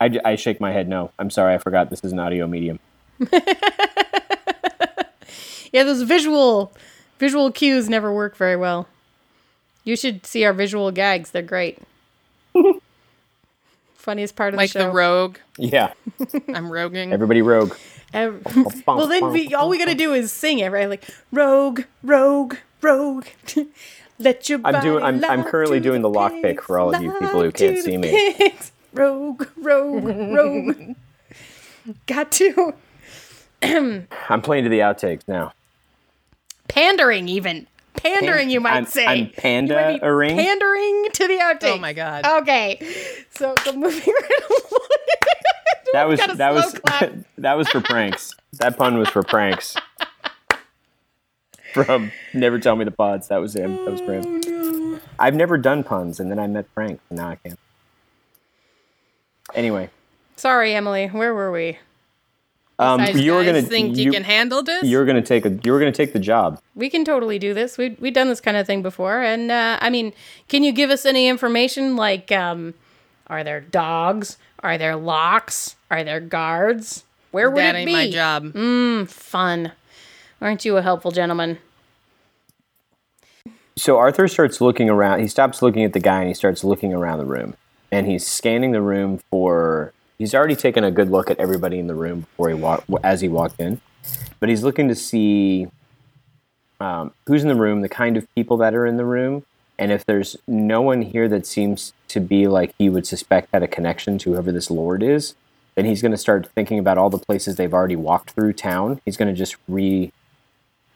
S4: I, j- I shake my head. No, I'm sorry. I forgot this is an audio medium.
S5: Yeah, those visual visual cues never work very well. You should see our visual gags; they're great. Funniest part of
S1: Like
S5: the show.
S1: the rogue.
S4: Yeah,
S1: I'm roguing.
S4: everybody rogue.
S5: Ev- well, then we, all we gotta do is sing it, right? Like rogue, rogue, rogue. Let your
S4: I'm doing.
S5: body
S4: I'm, I'm
S5: lie
S4: currently
S5: to
S4: doing the lock pick
S5: pigs,
S4: for all of you
S5: lie
S4: people who
S5: to
S4: can't
S5: the
S4: see me.
S5: pigs. Rogue, rogue, rogue. Got to
S4: I'm playing to the outtakes now.
S5: pandering, even pandering. You might
S4: I'm,
S5: say
S4: I'm
S5: You might
S4: panda
S5: be
S4: a ring.
S5: pandering to the outtake.
S1: Oh my God.
S5: Okay, so so moving right along.
S4: that was
S5: got a
S4: that
S5: slow
S4: was
S5: clap.
S4: that was for pranks. That pun was for pranks. From Never Tell Me the Pods. That was him. That was Frank.
S1: Oh,
S4: I've never done puns, and then I met Frank, and now I can't. Anyway,
S5: Sorry, Emily. Where were we?
S4: um,
S1: Guys,
S4: you were
S1: guys
S4: gonna
S1: think you,
S4: you-
S1: can handle this?
S4: you were gonna take a you were gonna take the job.
S5: We can totally do this. We we've done this kind of thing before, and uh, I mean, can you give us any information? Like, um, are there dogs? Are there locks? Are there guards? Where would
S1: that
S5: it
S1: ain't
S5: be?
S1: my job.
S5: Fun. Aren't you a helpful gentleman?
S4: So Arthur starts looking around. He stops looking at the guy and he starts looking around the room. And he's scanning the room for. He's already taken a good look at everybody in the room before he walked as he walked in, but he's looking to see um, who's in the room, the kind of people that are in the room, and if there's no one here that seems to be like he would suspect had a connection to whoever this lord is, then he's going to start thinking about all the places they've already walked through town. He's going to just re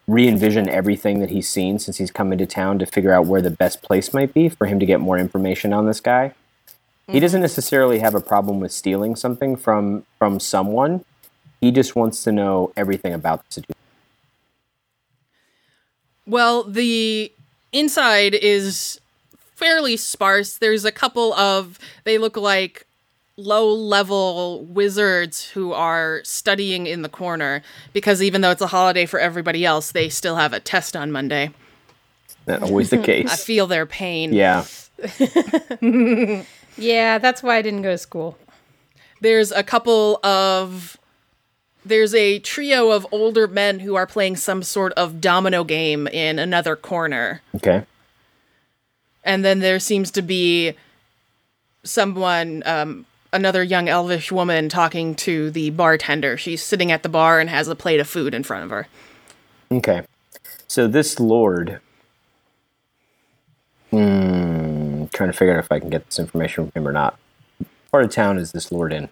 S4: re envision everything that he's seen since he's come into town to figure out where the best place might be for him to get more information on this guy. He doesn't necessarily have a problem with stealing something from from someone. He just wants to know everything about the situation.
S1: Well, the inside is fairly sparse. There's a couple of they look like low level wizards who are studying in the corner because even though it's a holiday for everybody else, they still have a test on Monday.
S4: That's always the
S1: I
S4: case.
S1: feel their pain.
S4: Yeah.
S5: Yeah, that's why I didn't go to school.
S1: There's a couple of there's a trio of older men who are playing some sort of domino game in another corner.
S4: Okay.
S1: And then there seems to be someone, um, another young elvish woman talking to the bartender. She's sitting at the bar and has a plate of food in front of her.
S4: Okay. So this lord. Hmm. Trying to figure out if I can get this information from him or not. Part of town is this lord in?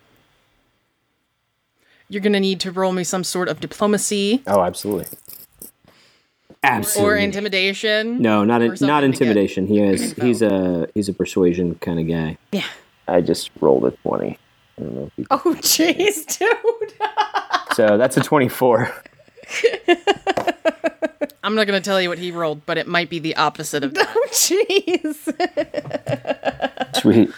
S1: You're going to need to roll me some sort of diplomacy
S4: Oh, absolutely.
S1: or
S4: Absolutely.
S1: intimidation.
S4: no, not in,
S1: or
S4: not
S1: something to get-
S4: intimidation. He is he's a he's a persuasion kind of guy.
S1: Yeah.
S4: I just rolled a twenty. I don't know if you-
S5: Oh, jeez, dude.
S4: So that's a twenty-four.
S1: I'm not going to tell you what he rolled, but it might be the opposite of that.
S5: Oh, jeez.
S4: Sweet.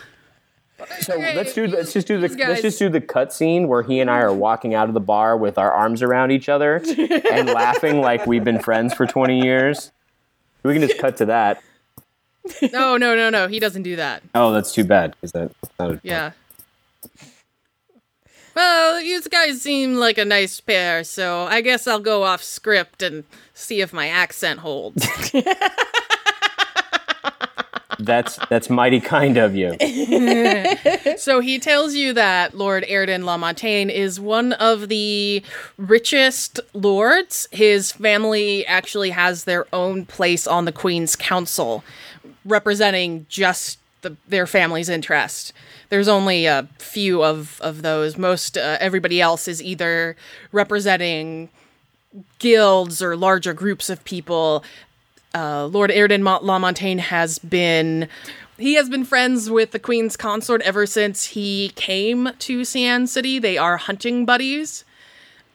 S4: So
S1: Okay,
S4: let's do
S1: you-
S4: let's just do the
S1: these guys-
S4: let's just do the cut scene where he and I are walking out of the bar with our arms around each other and laughing like we've been friends for twenty years. We can just cut to that.
S1: no, no, no, no. He doesn't do that.
S4: Oh, that's too bad because that sounded
S1: Yeah. Well, you guys seem like a nice pair, so I guess I'll go off script and see if my accent holds.
S4: that's that's mighty kind of you.
S1: so he tells you that Lord Airden Lamontagne is one of the richest lords. His family actually has their own place on the Queen's Council, representing just the, their family's interest. There's only a few of, of those. Most uh, everybody else is either representing guilds or larger groups of people uh, Lord Airden Mont- Lamontagne has been he has been friends with the Queen's consort ever since he came to Sian City. They are hunting buddies.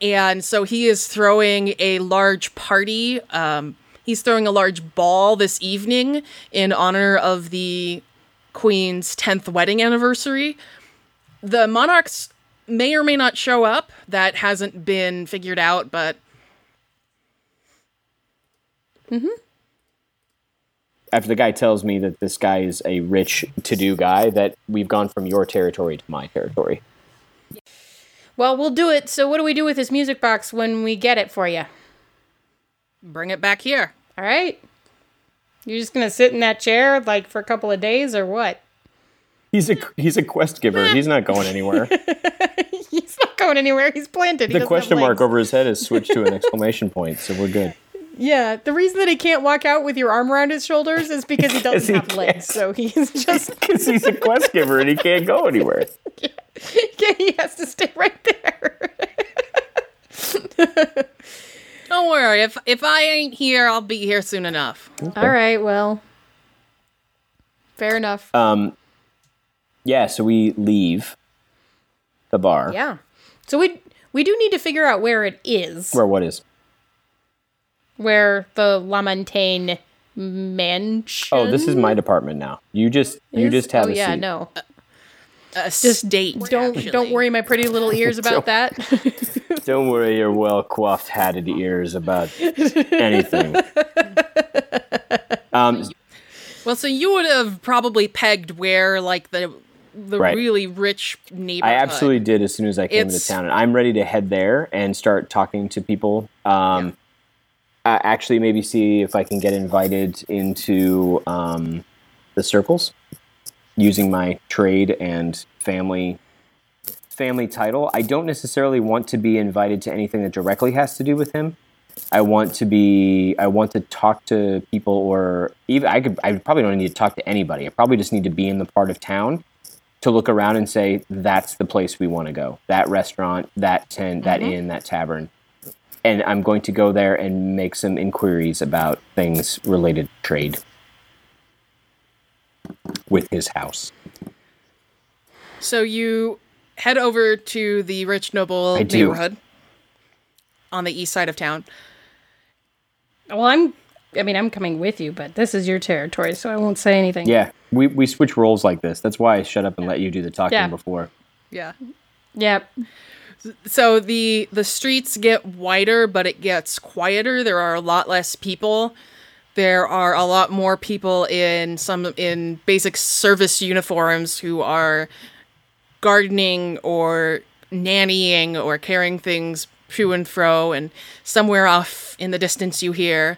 S1: And so he is throwing a large party. Um, he's throwing a large ball this evening in honor of the Queen's 10th wedding anniversary. The monarchs may or may not show up. That hasn't been figured out, but
S4: After the guy tells me that this guy is a rich to-do guy, that we've gone from your territory to my territory.
S5: Well, we'll do it. So, what do we do with this music box when we get it for you?
S1: bring it back here.
S5: All right. You're just gonna sit in that chair like for a couple of days or what?
S4: He's a he's a quest giver. He's not going anywhere.
S5: He's not going anywhere. He's planted. He doesn't
S4: The
S5: have
S4: question mark
S5: legs.
S4: over his head is switched to an exclamation point, so we're good.
S5: Yeah, the reason that he can't walk out with your arm around his shoulders is because he doesn't
S4: he
S5: have
S4: can't.
S5: legs. So he's just
S4: because he's a quest giver and he can't go anywhere.
S5: he has to stay right there.
S1: Don't worry. If if I ain't here, I'll be here soon enough.
S5: All right. Well, fair enough.
S4: Um, yeah, so we leave the bar.
S5: yeah. So we we do need to figure out where it is,
S4: Where what is?
S5: where the Lamontagne mansion.
S4: Oh, this is my department now. You just you
S5: is?
S4: just have
S5: Oh
S4: a
S5: yeah.
S4: seat.
S5: No.
S1: A Just date.
S5: Don't don't worry my pretty little ears about that.
S4: Don't worry your well coiffed hatted ears about anything. um,
S1: Well, so you would have probably pegged where like the the
S4: Right.
S1: really rich neighborhood.
S4: I absolutely did as soon as I came into
S1: It's-
S4: town, and I'm ready to head there and start talking to people. Um, uh, actually, maybe see if I can get invited into um, the circles using my trade and family family title. I don't necessarily want to be invited to anything that directly has to do with him. I want to be. I want to talk to people, or even I could. I probably don't need to talk to anybody. I probably just need to be in the part of town to look around and say that's the place we want to go that restaurant that tent that inn that tavern and i'm going to go there and make some inquiries about things related to trade with his house
S1: So you head over to the rich noble
S4: I do.
S1: neighborhood on the east side of town.
S5: well, I'm. I mean, I'm coming with you, but this is your territory, so I won't say anything.
S4: yeah we, we switch roles like this that's why i shut up and let you do the talking
S5: Yeah.
S4: before
S1: Yeah.
S5: Yep.
S1: So the the streets get wider, but it gets quieter. There are a lot less people. There are a lot more people in some in basic service uniforms who are gardening or nannying or carrying things to and fro, and somewhere off in the distance you hear,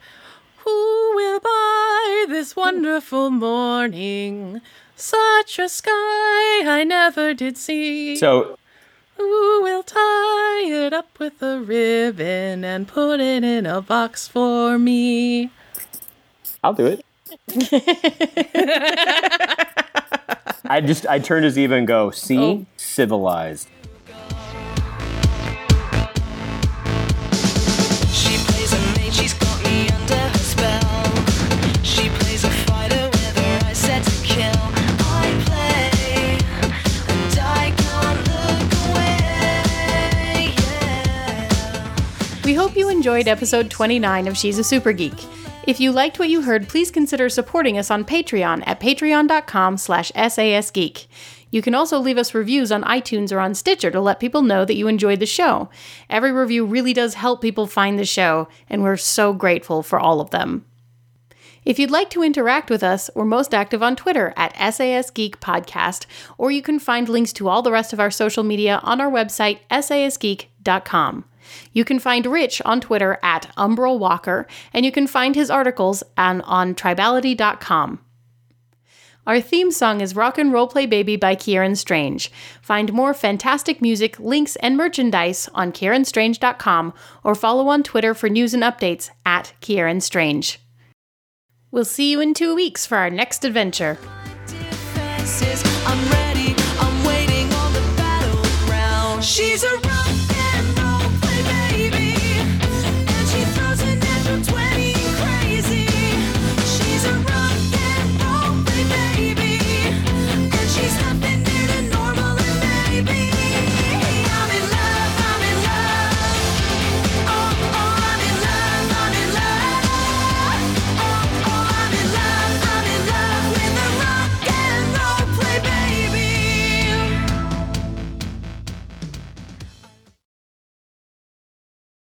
S1: Who will buy this wonderful morning? Such a sky I never did see.
S4: So
S1: Who will tie it up with a ribbon and put it in a box for me?
S4: I'll do it. I just I turn to Ziva and go, see,
S1: Oh.
S4: civilized.
S2: She plays a maid, she's got me under her spell. She plays a fighter with her eyes set to kill. I play, and I can't look away. Yeah.
S5: We hope you enjoyed episode 29 of She's a Super Geek. If you liked what you heard, please consider supporting us on Patreon at patreon.com slash sasgeek. You can also leave us reviews on iTunes or on Stitcher to let people know that you enjoyed the show. Every review really does help people find the show, and we're so grateful for all of them. If you'd like to interact with us, we're most active on Twitter at SAS Geek Podcast, or you can find links to all the rest of our social media on our website, sasgeek.com. You can find Rich on Twitter at Umbral Walker, and you can find his articles on, on tribality.com. Our theme song is Rock and Roll Play Baby by Kieran Strange. Find more fantastic music, links, and merchandise on kieranstrange.com or follow on Twitter for news and updates at Kieran Strange. We'll see you in two weeks for our next adventure.
S2: defenses. I'm ready, I'm waiting on the battleground. She's a Oh, Oh,